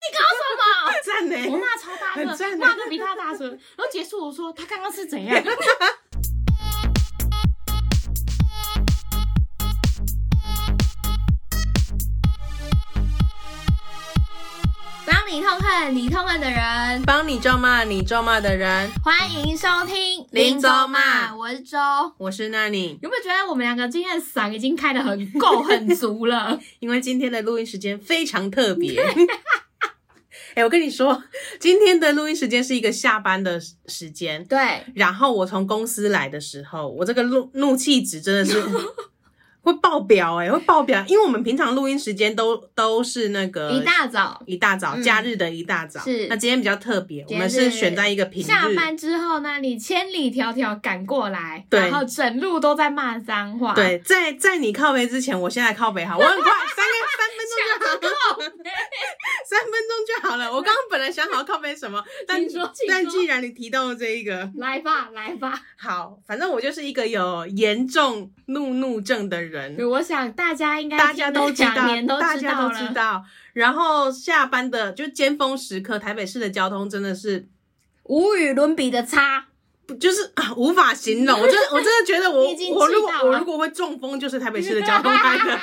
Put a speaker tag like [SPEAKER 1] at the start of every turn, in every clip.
[SPEAKER 1] 呢、
[SPEAKER 2] 我骂哎超 大
[SPEAKER 1] 很
[SPEAKER 2] 声，
[SPEAKER 1] 赞
[SPEAKER 2] 骂的比他大声。然后结束我说他刚刚是怎样？
[SPEAKER 3] 帮你痛恨你痛恨的人，
[SPEAKER 1] 帮你咒骂你咒骂的人，
[SPEAKER 3] 欢迎收听
[SPEAKER 1] 林州骂
[SPEAKER 3] 我是周。
[SPEAKER 1] 我是那你。
[SPEAKER 2] 有没有觉得我们两个今天的嗓已经开的很够很足了？
[SPEAKER 1] 因为今天的录音时间非常特 别。哎、我跟你说，今天的录音时间是一个下班的时时间。
[SPEAKER 3] 对，
[SPEAKER 1] 然后我从公司来的时候，我这个怒怒气值真 的是会爆表哎、会爆表，因为我们平常录音时间都都是那
[SPEAKER 2] 呃
[SPEAKER 1] 个
[SPEAKER 3] 一大早
[SPEAKER 1] 一大早，
[SPEAKER 3] 嗯
[SPEAKER 1] 假日的一大早。
[SPEAKER 3] 是
[SPEAKER 1] 那今天比较特别，我
[SPEAKER 3] 今天
[SPEAKER 1] 们是
[SPEAKER 3] 是
[SPEAKER 1] 选在一个平日。
[SPEAKER 2] 下班之后呢，你千里迢迢赶过来，
[SPEAKER 1] 对
[SPEAKER 2] 然后整路都在骂脏话，
[SPEAKER 1] 对，在在你靠北之前，我先来靠北好，我很快，三个三分 钟就好，三分钟就好了。我刚刚本来想好靠北什么，但
[SPEAKER 2] 请说请
[SPEAKER 1] 但
[SPEAKER 2] 说
[SPEAKER 1] 既然你提到了这一个，
[SPEAKER 2] 来吧来吧。
[SPEAKER 1] 好，反正我就是一个有严重怒怒症的人，
[SPEAKER 2] 我想大家应该
[SPEAKER 1] 大家都知
[SPEAKER 2] 听了两年
[SPEAKER 1] 道，
[SPEAKER 2] 都
[SPEAKER 1] 大
[SPEAKER 2] 知
[SPEAKER 1] 家
[SPEAKER 2] 道
[SPEAKER 1] 都
[SPEAKER 2] 了，
[SPEAKER 1] 知道。然后下班的就尖峰时刻，台北市的交通真的是
[SPEAKER 3] 无与伦比的差，
[SPEAKER 1] 不就是啊无法形容。我真的我真的觉得我
[SPEAKER 2] 你已经
[SPEAKER 1] 我如果
[SPEAKER 2] 气到了
[SPEAKER 1] 我如果会中风，就是台北市 的交通开的。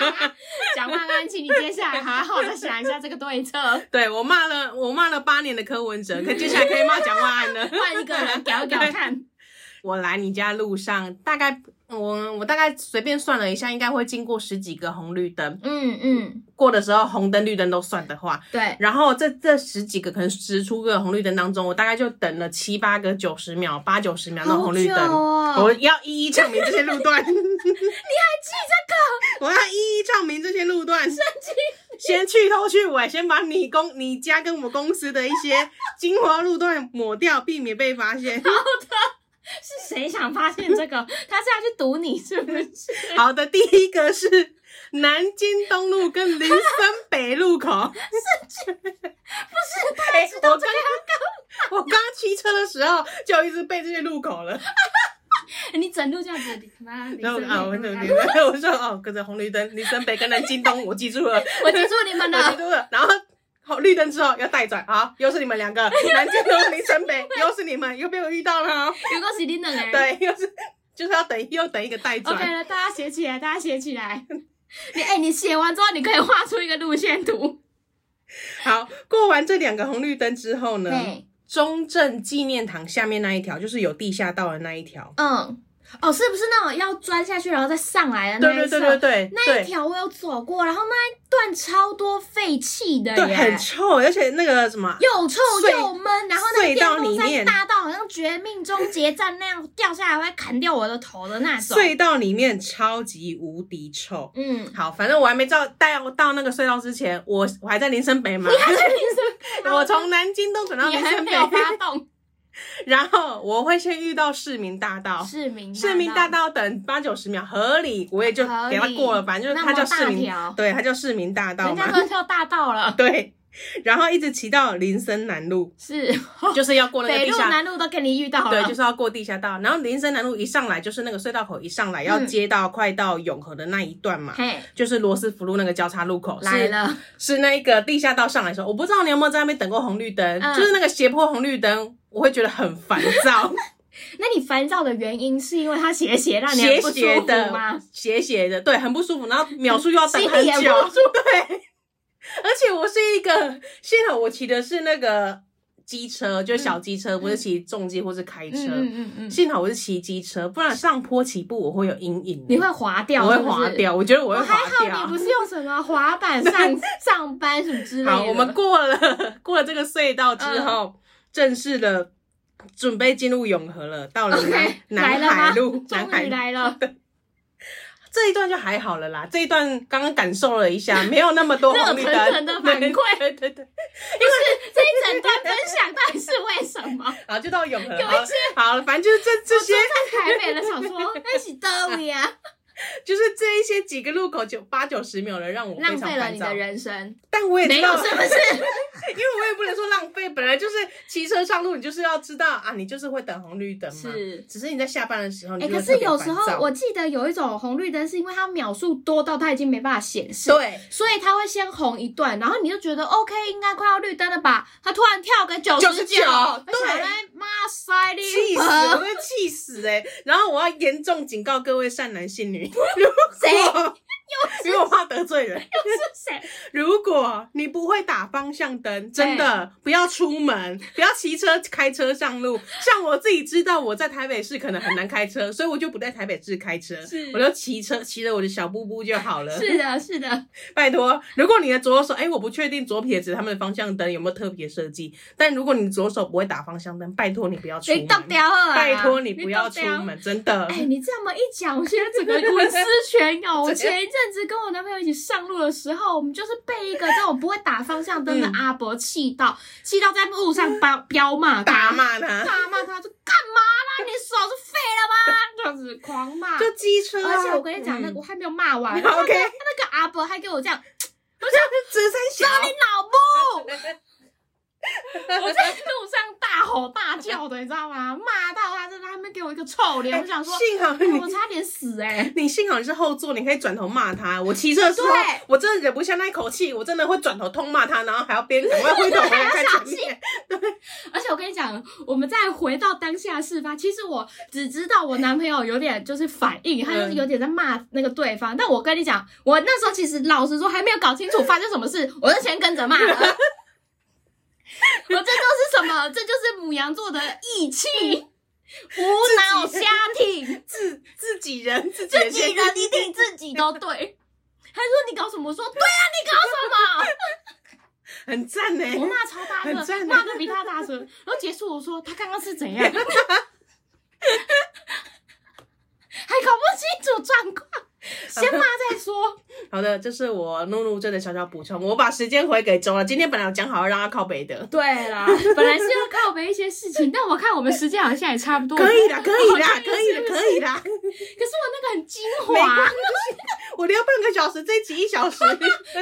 [SPEAKER 2] 蒋万安，请你接下来好好的想一下这个对策，
[SPEAKER 1] 对我骂了我骂了八年的柯文 哲，可接下来可以骂蒋万安了。
[SPEAKER 2] 换一个人搞搞看。
[SPEAKER 1] 我来你家路上，大概我我大概随便算了一下，应该会经过十几个红绿灯。
[SPEAKER 3] 嗯嗯，
[SPEAKER 1] 过的时候红灯绿灯都算的话，
[SPEAKER 3] 对，
[SPEAKER 1] 然后这这十几个可能十出个红绿灯当中，我大概就等了七八个九十秒、八九十秒那种红绿灯，
[SPEAKER 3] 好久哦
[SPEAKER 1] 我要一一唱明这些路段。 你还记这个？我要一一唱明这些路段。生气！先去头去尾，先把你公你家跟我公司的一些精华路段抹掉，避免被发现。
[SPEAKER 2] 是谁想发现这个？他是要去堵你是 不是？
[SPEAKER 1] 好的，第一个是南京东路跟林森北路口。
[SPEAKER 2] 他
[SPEAKER 3] 哎
[SPEAKER 2] 知道这个，
[SPEAKER 1] 我刚骑车的时候就一直被这些路口了。
[SPEAKER 2] 你整路这样子，你他妈你
[SPEAKER 1] 然后
[SPEAKER 2] 真的
[SPEAKER 1] 啊，我
[SPEAKER 2] 他
[SPEAKER 1] 就
[SPEAKER 2] 妈
[SPEAKER 1] 觉得 我说哦，跟着红绿灯，林森北跟南京东，我记住了，
[SPEAKER 3] 我记住你们
[SPEAKER 1] 我记
[SPEAKER 3] 了，
[SPEAKER 1] 住了。然后红绿灯之后要带转，好，又是你们两个，南京东、林森北，又是你们，又被我遇到了哦。
[SPEAKER 3] 有个是你两个人，
[SPEAKER 1] 对，又是就是要等又等一个带
[SPEAKER 2] OK
[SPEAKER 1] 转。
[SPEAKER 2] 了，大家写起来，大家写起来。你哎、你写完之后，你可以画出一个路线图。
[SPEAKER 1] 好，过完这两个红绿灯之后
[SPEAKER 2] 嗯
[SPEAKER 1] 呢，
[SPEAKER 3] 对，
[SPEAKER 1] 中正纪念堂下面那一条就是有地下道的那一条。
[SPEAKER 3] 嗯，哦，是不是那种要钻下去然后再上来
[SPEAKER 2] 啊
[SPEAKER 3] 的那
[SPEAKER 1] 对对
[SPEAKER 3] 一侧？
[SPEAKER 1] 对对对
[SPEAKER 3] 那一
[SPEAKER 1] 对。
[SPEAKER 3] 条我有走过，然后那一段超多废气的
[SPEAKER 2] 哎
[SPEAKER 1] 对，
[SPEAKER 3] 耶
[SPEAKER 1] 很，臭，而且那个什么，
[SPEAKER 3] 又臭
[SPEAKER 1] 隧
[SPEAKER 3] 又闷，然后那个
[SPEAKER 1] 隧
[SPEAKER 3] 电
[SPEAKER 1] 道
[SPEAKER 3] 风
[SPEAKER 1] 里面
[SPEAKER 3] 扇大到好像绝命终结站那样掉下来会砍掉我的头的那种。
[SPEAKER 1] 隧道里面超级无敌臭。
[SPEAKER 3] 嗯，
[SPEAKER 1] 好，反正我还没到带到那个隧道之前，我我还在林森北嘛，我从南京东转到
[SPEAKER 2] 你
[SPEAKER 1] 林
[SPEAKER 2] 还
[SPEAKER 1] 森
[SPEAKER 2] 没
[SPEAKER 1] 北，
[SPEAKER 2] 有发动
[SPEAKER 1] 然后我会先遇到市民大道。
[SPEAKER 3] 市民
[SPEAKER 1] 市民大道等八九十秒合理，我也就
[SPEAKER 3] 啊合理
[SPEAKER 1] 给他过了，反正就
[SPEAKER 3] 那
[SPEAKER 1] 是它
[SPEAKER 3] 么
[SPEAKER 1] 叫市
[SPEAKER 3] 大
[SPEAKER 1] 民
[SPEAKER 3] 条，
[SPEAKER 1] 对，它叫市民大道
[SPEAKER 2] 人家
[SPEAKER 1] 嘛，
[SPEAKER 2] 都叫大道了，
[SPEAKER 1] 对。然后一直骑到林森南路，
[SPEAKER 2] 是
[SPEAKER 3] 哦
[SPEAKER 1] 就是要过那个
[SPEAKER 2] 北
[SPEAKER 1] 地
[SPEAKER 2] 路、
[SPEAKER 1] 下，
[SPEAKER 2] 南路都给你遇到
[SPEAKER 1] 对，
[SPEAKER 2] 了。
[SPEAKER 1] 就是要过地下道。然后林森南路一上来就是那个隧道口，一上来要
[SPEAKER 3] 嗯
[SPEAKER 1] 接到快到永和的那一段嘛，
[SPEAKER 3] 嘿
[SPEAKER 1] 就是罗斯福路那个交叉路口，是
[SPEAKER 3] 来了，
[SPEAKER 1] 是那一个地下道上来的时候，我不知道你有没有在那边等过红绿灯，
[SPEAKER 3] 嗯
[SPEAKER 1] 就是那个斜坡红绿灯，我会觉得很烦躁，
[SPEAKER 2] 那你烦躁的原因是因为它斜斜让你很
[SPEAKER 1] 斜
[SPEAKER 2] 不舒
[SPEAKER 1] 斜
[SPEAKER 2] 服
[SPEAKER 1] 的
[SPEAKER 2] 吗？，
[SPEAKER 1] 斜斜的，对，很不舒服，然后秒数又要等
[SPEAKER 3] 心
[SPEAKER 1] 很
[SPEAKER 3] 里也
[SPEAKER 1] 久，
[SPEAKER 3] 不
[SPEAKER 1] 对，而且我是一个，幸好我骑的是那个机车，
[SPEAKER 2] 嗯
[SPEAKER 1] 就是小机车，不是骑重机或是开车，
[SPEAKER 3] 嗯嗯嗯，
[SPEAKER 1] 幸好我是骑机车，不然上坡起步我会有阴影，欸
[SPEAKER 2] 你会滑掉，
[SPEAKER 1] 我会
[SPEAKER 2] 是不是
[SPEAKER 1] 滑。掉，我觉得我会
[SPEAKER 2] 我还
[SPEAKER 1] 滑
[SPEAKER 2] 好你
[SPEAKER 1] 掉
[SPEAKER 2] 不。是用什么滑板上 上班什么之类的。
[SPEAKER 1] 好，我们过了过了这个隧道之
[SPEAKER 2] 嗯
[SPEAKER 1] 后，正式的准备进入永和了，到了南
[SPEAKER 2] OK，来
[SPEAKER 1] 南
[SPEAKER 2] 了吗
[SPEAKER 1] 海路，南
[SPEAKER 2] 终
[SPEAKER 1] 海
[SPEAKER 2] 于
[SPEAKER 1] 路
[SPEAKER 2] 来了，
[SPEAKER 1] 这一段就还好了啦。这一段刚刚感受了一下，没有那么多红绿灯
[SPEAKER 2] 热腾腾的反馈
[SPEAKER 1] 对对对对，
[SPEAKER 2] 这一整段分享到底是为什 么？
[SPEAKER 1] 然后就到永和了。
[SPEAKER 2] 有一些
[SPEAKER 1] 好了，反正就是这这些，
[SPEAKER 2] 台北的想说，
[SPEAKER 3] 那是德维啊，
[SPEAKER 1] 就是这一些几个路口九八九十秒了，让我非
[SPEAKER 3] 浪
[SPEAKER 1] 常
[SPEAKER 3] 费了
[SPEAKER 1] 烦
[SPEAKER 3] 你
[SPEAKER 1] 躁
[SPEAKER 3] 的。人生，
[SPEAKER 1] 但我也
[SPEAKER 3] 没
[SPEAKER 1] 知道
[SPEAKER 3] 有，是不是？
[SPEAKER 1] 因为我也不能说浪费，本来就是骑车车上路，你就是要知道啊，你就是会等红绿灯嘛。
[SPEAKER 2] 是，
[SPEAKER 1] 只是你在下班的时候，
[SPEAKER 2] 哎、
[SPEAKER 1] 你就
[SPEAKER 2] 可
[SPEAKER 1] 会
[SPEAKER 2] 是
[SPEAKER 1] 特别
[SPEAKER 2] 有时
[SPEAKER 1] 烦
[SPEAKER 2] 候
[SPEAKER 1] 躁
[SPEAKER 2] 我记得有一种红绿灯，是因为它秒数多到它已经没办法显示，
[SPEAKER 1] 对
[SPEAKER 2] 所以它会先红一段，然后你就觉得 OK，应该快要绿灯了吧？它突然跳个九十
[SPEAKER 1] 99对
[SPEAKER 2] 对，妈塞你！
[SPEAKER 1] 气死，我会气死哎、然后我要严重警告各位善男信女，
[SPEAKER 2] 谁
[SPEAKER 1] 如果因为我怕得罪人。
[SPEAKER 2] 是谁？
[SPEAKER 1] 如果你不会打方向灯，真的不要出门， 不要骑车、开车上路。像我自己知道，我在台北市可能很难开车，所以我就不在台北市开车
[SPEAKER 2] 是，
[SPEAKER 1] 我就骑车，骑着我的小布布就好了。
[SPEAKER 2] 是的，是的，
[SPEAKER 1] 拜托，如果你的左手，哎、我不确定左撇子他们的方向灯有没有特别设计，但如果你左手不会打方向灯，拜托你不要出
[SPEAKER 2] 你
[SPEAKER 1] 门。
[SPEAKER 2] 动掉了啊，
[SPEAKER 1] 拜托你不要
[SPEAKER 2] 动
[SPEAKER 1] 出
[SPEAKER 2] 掉。
[SPEAKER 1] 门，真的。
[SPEAKER 2] 哎、你这么一讲，我觉得整个文思 泉涌。我前一阵子跟我男朋友一起上路的时候，我们就是被一个这种不会打方向灯的
[SPEAKER 1] 嗯
[SPEAKER 2] 阿伯气到，气到在路上飙飙骂
[SPEAKER 1] 打
[SPEAKER 2] 他，
[SPEAKER 1] 骂他，
[SPEAKER 2] 大骂他说干嘛啦？你手是废了吗？这样子狂骂。
[SPEAKER 1] 就机车啊、
[SPEAKER 2] 而且我跟你讲，那个我还没有骂完，
[SPEAKER 1] 嗯
[SPEAKER 2] 那
[SPEAKER 1] OK，
[SPEAKER 2] 那个阿伯还给我这样，
[SPEAKER 1] 直三小，
[SPEAKER 2] 你脑部。我在路上大吼大叫的，你知道吗？骂到他真的，他们给我一个臭脸，我想说，
[SPEAKER 1] 幸好
[SPEAKER 2] 哎
[SPEAKER 1] 你
[SPEAKER 2] 我差点死哎、
[SPEAKER 1] 你幸好你是后座，你可以转头骂 他。我骑车的时候
[SPEAKER 2] 对，
[SPEAKER 1] 我真的忍不下那一口气，我真的会转头痛骂他，然后还要边赶快回头
[SPEAKER 2] 还要
[SPEAKER 1] 看
[SPEAKER 2] 小
[SPEAKER 1] 前
[SPEAKER 2] 心
[SPEAKER 1] 面。
[SPEAKER 2] 而且我跟你讲，我们再回到当下事发，其实我只知道我男朋友有点就是反应，他就是有点在骂那个对方。但我跟你讲，我那时候其实老实说还没有搞清楚发生什么事，我就先跟着骂了。 我这就是什么？这就是母羊座的义气，无脑瞎挺，
[SPEAKER 1] 自自己人，自己
[SPEAKER 2] 自
[SPEAKER 1] 人
[SPEAKER 2] 己
[SPEAKER 1] 先
[SPEAKER 2] 人一定自己都对。他说你搞什么？我说对啊，你搞什么？
[SPEAKER 1] 很赞呢、
[SPEAKER 2] 我骂超大
[SPEAKER 1] 哎很
[SPEAKER 2] 声，
[SPEAKER 1] 赞
[SPEAKER 2] 骂的比他大声。然后结束我说他刚刚是怎样，还 搞不清楚状况，先骂再说。
[SPEAKER 1] 好的，这是我露露这的小小补充，我把时间回给周了。今天本来我讲好要让他靠北的，
[SPEAKER 2] 对啦， 本来是要靠背一些事情，但我看我们时间好像也差不多。
[SPEAKER 1] 可以啦，可以啦，
[SPEAKER 2] 哦
[SPEAKER 1] 可以啦，可以。啦。
[SPEAKER 2] 是不是可是我那个很精
[SPEAKER 1] 没关
[SPEAKER 2] 华，
[SPEAKER 1] 我聊半个小时，这一集一 小时。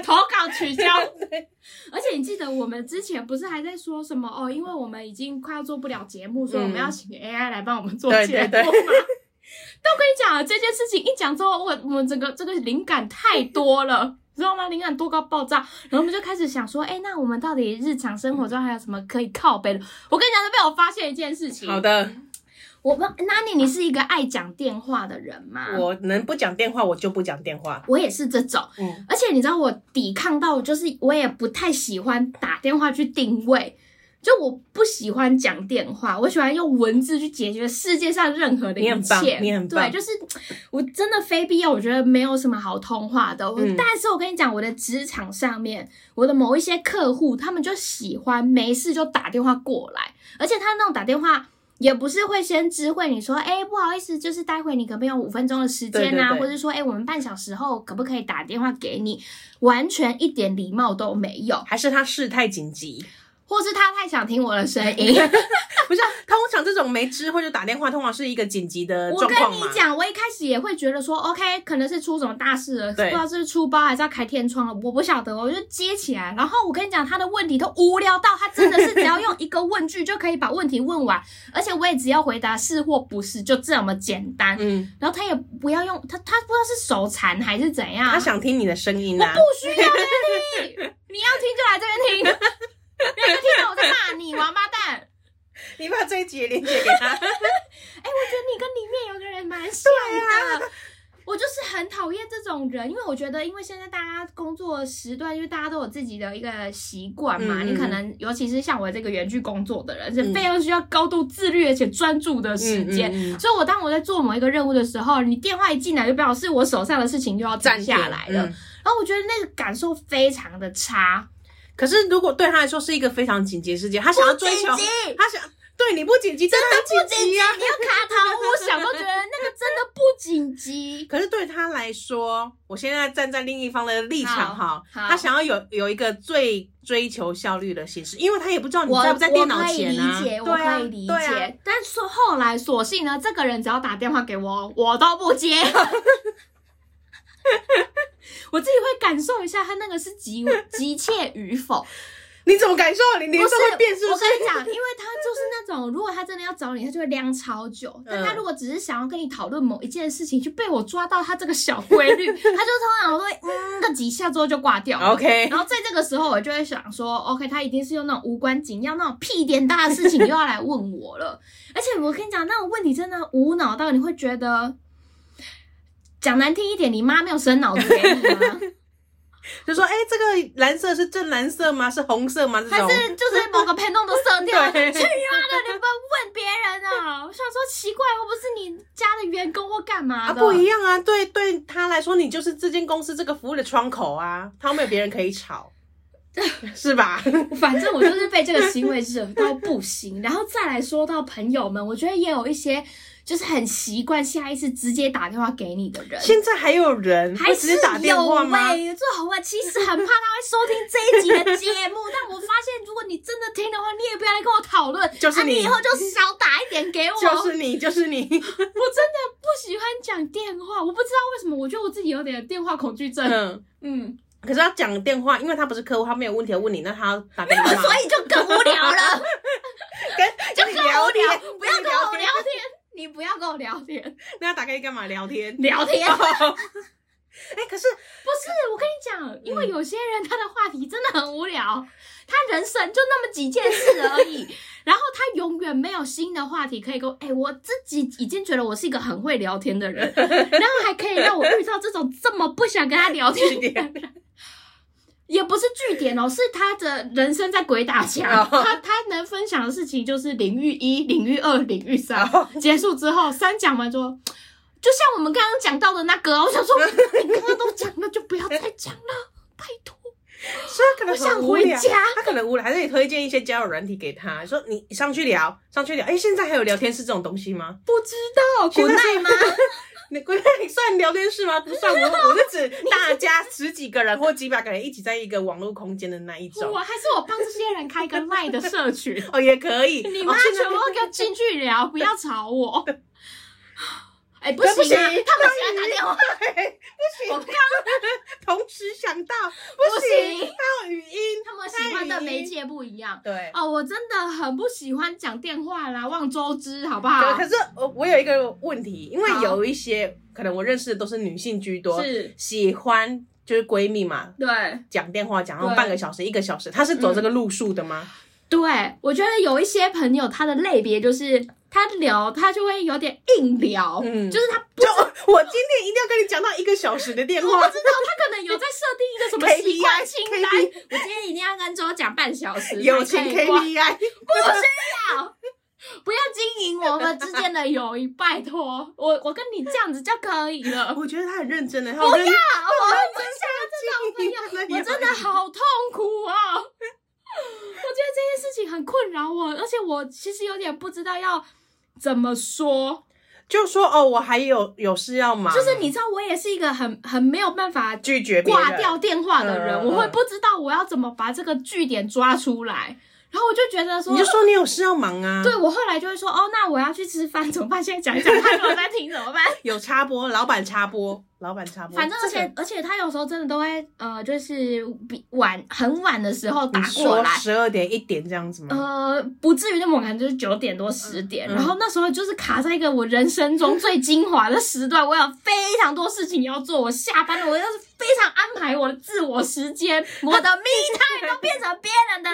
[SPEAKER 2] 投稿取消。 而且你记得我们之前不是还在说什么哦？因为我们已经快要做不了节目，所以我们
[SPEAKER 1] 嗯
[SPEAKER 2] 要请 AI 来帮我们做
[SPEAKER 1] 对
[SPEAKER 2] 节目嘛。
[SPEAKER 1] 对对
[SPEAKER 2] 但我跟你讲，这件事情一讲之后，我我们整个这个灵感太多了。你知道吗？灵感多到爆炸，然后我们就开始想说，哎、那我们到底日常生活中还有什么可以靠背的？我跟你讲，就被我发现一件事情。
[SPEAKER 1] 好，的，
[SPEAKER 2] 我们 Nani，你是一个爱讲电话的人吗？
[SPEAKER 1] 我能不讲电话我就不讲电话。
[SPEAKER 2] 我也是这种，
[SPEAKER 1] 嗯，
[SPEAKER 2] 而且你知道我抵抗到，就是我也不太喜欢打电话去定位，就我不喜欢讲电话，我喜欢用文字去解决世界上任何的
[SPEAKER 1] 你
[SPEAKER 2] 一
[SPEAKER 1] 很棒
[SPEAKER 2] 切。
[SPEAKER 1] 你很
[SPEAKER 2] 对，
[SPEAKER 1] 棒
[SPEAKER 2] 就是我真的非必要，我觉得没有什么好通话的。我
[SPEAKER 1] 嗯
[SPEAKER 2] 但是我跟你讲，我的职场上面，我的某一些客户，他们就喜欢没事就打电话过来，而且他那种打电话。也不是会先知会你说，哎、不好意思，就是待会你可不可以有五分钟的时间
[SPEAKER 1] 对对
[SPEAKER 2] 啊，
[SPEAKER 1] 对
[SPEAKER 2] 或者说，哎、我们半小时后可不可以打电话给你？完全一点礼貌都没有，
[SPEAKER 1] 还是他事态紧急，
[SPEAKER 2] 或是他太想听我的声 音。
[SPEAKER 1] 不是啊、通常这种没知会就打电话，通常是一个紧急的
[SPEAKER 2] 我
[SPEAKER 1] 状
[SPEAKER 2] 跟
[SPEAKER 1] 况
[SPEAKER 2] 你
[SPEAKER 1] 嘛。
[SPEAKER 2] 讲，我一开始也会觉得说，OK，可能是出什么大事了，不
[SPEAKER 1] 对
[SPEAKER 2] 知道是不是出包还是要开天窗了，我不晓得，我就接起来。然后我跟你讲，他的问题都无聊到他真的是只要用一个问句就可以把问题问完，而且我也只要回答是或不是，就这么简单。
[SPEAKER 1] 嗯，
[SPEAKER 2] 然后他也不要用他，他不知道是手残还是怎样，
[SPEAKER 1] 他想听你的声音
[SPEAKER 2] 我
[SPEAKER 1] 啊
[SPEAKER 2] 不。需要跟你，你要听就来这边听，不要听到我在骂你王八蛋。
[SPEAKER 1] 你把这一集的链接给他。
[SPEAKER 2] 哎、我觉得你跟里面有个人蛮像的。啊我就是很讨厌这种人，因为我觉得，因为现在大家工作时段，因为大家都有自己的一个习惯嘛，
[SPEAKER 1] 嗯嗯
[SPEAKER 2] 你可能尤其是像我这个园区工作的人，是
[SPEAKER 1] 嗯
[SPEAKER 2] 非常需要高度自律而且专注的时间。
[SPEAKER 1] 嗯嗯嗯
[SPEAKER 2] 所以，我当我在做某一个任务的时候，你电话一进来，就表示我手上的事情就要停
[SPEAKER 1] 暂
[SPEAKER 2] 下来了。
[SPEAKER 1] 嗯
[SPEAKER 2] 然后我觉得那个感受非常的差。
[SPEAKER 1] 可是如果对他来说是一个非常紧急的事件，他想要追求，
[SPEAKER 2] 紧急
[SPEAKER 1] 他想对你不紧急，真的很紧急啊。
[SPEAKER 2] 你要卡糖，我想都觉得那个真的不紧急。
[SPEAKER 1] 可是对他来说，我现在站在另一方的立场
[SPEAKER 2] 好
[SPEAKER 1] 哈，
[SPEAKER 2] 好
[SPEAKER 1] 他想要有有一个最追求效率的形式，因为他也不知道你
[SPEAKER 2] 我
[SPEAKER 1] 在不在电脑前啊。
[SPEAKER 2] 我可以理解，我
[SPEAKER 1] 对啊
[SPEAKER 2] 可以理解。
[SPEAKER 1] 对啊
[SPEAKER 2] 但是后来，索性呢，这个人只要打电话给我，我都 不接。我自己会感受一下他那个是急急切与否，
[SPEAKER 1] 你怎么感受？你
[SPEAKER 2] 不
[SPEAKER 1] 脸
[SPEAKER 2] 是
[SPEAKER 1] 色会变是
[SPEAKER 2] 我
[SPEAKER 1] 不是
[SPEAKER 2] 跟？你讲，因为他就那种，如果他真的要找你，他就会量超久。但他
[SPEAKER 1] 嗯
[SPEAKER 2] 如果只是想要跟你讨论某一件事情，就被我抓到他这个小 规律，他就通常会嗯个几下之后就挂掉了。
[SPEAKER 1] OK，
[SPEAKER 2] 然后在这个时候，我就会想说，OK，他一定是用那种无关紧要、那种屁点大的事情又要来问我了。 而且我跟你讲，那种问题真的无脑到你会觉得，讲难听一点，你妈没有生脑子给你 吗？
[SPEAKER 1] 就说哎、这个蓝色是正蓝色吗？是红色吗？这
[SPEAKER 2] 还
[SPEAKER 1] 种
[SPEAKER 2] 是就是某个陪弄的色调？去妈的，
[SPEAKER 1] 对
[SPEAKER 2] 你有没有问别人啊？ 我想说奇怪，我不是你家的员工或干嘛
[SPEAKER 1] 啊，
[SPEAKER 2] 的？
[SPEAKER 1] 不一样啊，对对他来说，你就是这间公司这个服务的窗口啊，他没有别人可以吵，是 吧？
[SPEAKER 2] 反正我就是被这个行为惹到不行。然后再来说到朋友们，我觉得也有一些就是很习惯下意识直接打电话给你的人。
[SPEAKER 1] 现在还有人
[SPEAKER 2] 还
[SPEAKER 1] 会直
[SPEAKER 2] 是
[SPEAKER 1] 接打电
[SPEAKER 2] 有
[SPEAKER 1] 话吗？
[SPEAKER 2] 喂、欸，最好我其实很怕他会收听这一集的节目，但我发现如果你真的听的话，你也不要来跟我讨论，
[SPEAKER 1] 就是
[SPEAKER 2] 啊你,、
[SPEAKER 1] 你
[SPEAKER 2] 以后就少打一点给我。
[SPEAKER 1] 就是你，就是你，
[SPEAKER 2] 我真的不喜欢讲电话，我不知道为什么，我觉得我自己有点电话恐惧症。
[SPEAKER 1] 嗯。
[SPEAKER 2] 嗯，
[SPEAKER 1] 可是他讲电话，因为他不是客户，他没有问题要问你，那他要打给你
[SPEAKER 2] 所
[SPEAKER 1] 以
[SPEAKER 2] 以就更无聊了，
[SPEAKER 1] 跟
[SPEAKER 2] 就
[SPEAKER 1] 跟
[SPEAKER 2] 更
[SPEAKER 1] 你
[SPEAKER 2] 无
[SPEAKER 1] 聊
[SPEAKER 2] 聊
[SPEAKER 1] 天，，
[SPEAKER 2] 不要跟我聊
[SPEAKER 1] 天，
[SPEAKER 2] 天，你不要跟我聊天。
[SPEAKER 1] 那要打给你干嘛？聊天。
[SPEAKER 2] 聊 天。
[SPEAKER 1] 哎、可 是
[SPEAKER 2] 不是，我跟你讲，因为有些人他的话题真的很无聊，他人生就那么几件事而 已，然后他永远没有新的话题可以跟我。哎、我自己已经觉得我是一个很会聊天的人，然后还可以让我遇到这种这么不想跟他聊天的人。也不是据 点哦，是他的人生在鬼打墙。
[SPEAKER 1] 哦
[SPEAKER 2] 他他能分享的事情就是领域一、领域二、领域三。
[SPEAKER 1] 哦
[SPEAKER 2] 结束之后，三讲完之后，就像我们刚刚讲到的那个，我想 说，你刚刚都讲了，就不要再讲了，拜托，
[SPEAKER 1] 是他可能
[SPEAKER 2] 我想
[SPEAKER 1] 很无
[SPEAKER 2] 回
[SPEAKER 1] 聊
[SPEAKER 2] 家
[SPEAKER 1] 他可能无聊，还是你推荐一些交友软体给他，说你上去聊，上去聊。哎、现在还有聊天室这种东西吗？
[SPEAKER 2] 不知道，
[SPEAKER 1] 现
[SPEAKER 2] 滚
[SPEAKER 1] 在
[SPEAKER 2] 蛋！
[SPEAKER 1] 是吗？你归你算聊天室吗？不算，我我是 指大家十几个人或几百个人一起在一个网络空间的那一种
[SPEAKER 2] 我。还是我帮这些人开个赖的社群，
[SPEAKER 1] 哦，也可以。
[SPEAKER 2] 你
[SPEAKER 1] 你
[SPEAKER 2] 妈
[SPEAKER 1] 哦、现在
[SPEAKER 2] 全部都给我进去聊，啊不要吵我。 哎、不
[SPEAKER 1] 对不
[SPEAKER 2] 行啊，
[SPEAKER 1] 起
[SPEAKER 2] 他们喜欢打电话，
[SPEAKER 1] 对不行，
[SPEAKER 2] 我刚
[SPEAKER 1] 同时想到
[SPEAKER 2] 不
[SPEAKER 1] 不行，
[SPEAKER 2] 行，
[SPEAKER 1] 还有语音。
[SPEAKER 2] 他们喜欢的媒介不一样。
[SPEAKER 1] 对，
[SPEAKER 2] 哦，我真的很不喜欢讲电话啦，望周知好不
[SPEAKER 1] 可
[SPEAKER 2] 好
[SPEAKER 1] 可？是我我有一个问题，因为
[SPEAKER 2] 好
[SPEAKER 1] 有一些可能我认识的都是女性居多，
[SPEAKER 2] 是，
[SPEAKER 1] 喜欢就是闺蜜嘛，
[SPEAKER 2] 对。
[SPEAKER 1] 讲电话讲到
[SPEAKER 2] 对
[SPEAKER 1] 半个小时、一个小时，她是走这个路数的吗？
[SPEAKER 2] 对，我觉得有一些朋友，他的类别就是他聊，他就会有点硬聊，
[SPEAKER 1] 嗯
[SPEAKER 2] 就是他不
[SPEAKER 1] 就我今天一定要跟你讲到一个小时的电
[SPEAKER 2] 我不
[SPEAKER 1] 话
[SPEAKER 2] 知，道他可能有在设定一个什么
[SPEAKER 1] KPI
[SPEAKER 2] 习惯清单，我今天一定要跟周讲半小时，
[SPEAKER 1] 友情
[SPEAKER 2] 才可以挂
[SPEAKER 1] KPI。
[SPEAKER 2] 不要经营我们之间的友谊，拜托，我我跟你这样子就可以了。
[SPEAKER 1] 我觉得她很认哦真的，欸她不要，我认真
[SPEAKER 2] 我
[SPEAKER 1] 想
[SPEAKER 2] 我真的好痛苦啊！我觉得这件事情很困扰我，而且我其实有点不知道要怎么说。
[SPEAKER 1] 就说哦，我还有有事要忙，啊
[SPEAKER 2] 就是你知道，我也是一个很很没有办法
[SPEAKER 1] 拒绝别人
[SPEAKER 2] 挂掉电话的人，
[SPEAKER 1] 嗯嗯
[SPEAKER 2] 我会不知道我要怎么把这个据点抓出来。然后我就觉得说，
[SPEAKER 1] 你就说你有事要忙啊，
[SPEAKER 2] 对，我后来就会说，哦，那我要去吃饭，怎么办？现在讲一讲，他如果在听怎么办？
[SPEAKER 1] 有插播，老板插播，老板插播，
[SPEAKER 2] 反正而
[SPEAKER 1] 这个
[SPEAKER 2] 且而且他有时候真的都会呃，就是比晚很晚的时候打
[SPEAKER 1] 你
[SPEAKER 2] 过
[SPEAKER 1] 说
[SPEAKER 2] 来。
[SPEAKER 1] 十二点一点这样子吗？
[SPEAKER 2] 呃，不至于那么晚，就是九点多十点，
[SPEAKER 1] 嗯
[SPEAKER 2] 然后那时候就是卡在一个我人生中最精华的时段，我有非常多事情要做，我下班了，我要是非常安排我的自我时间，我的 me time 都变成别人的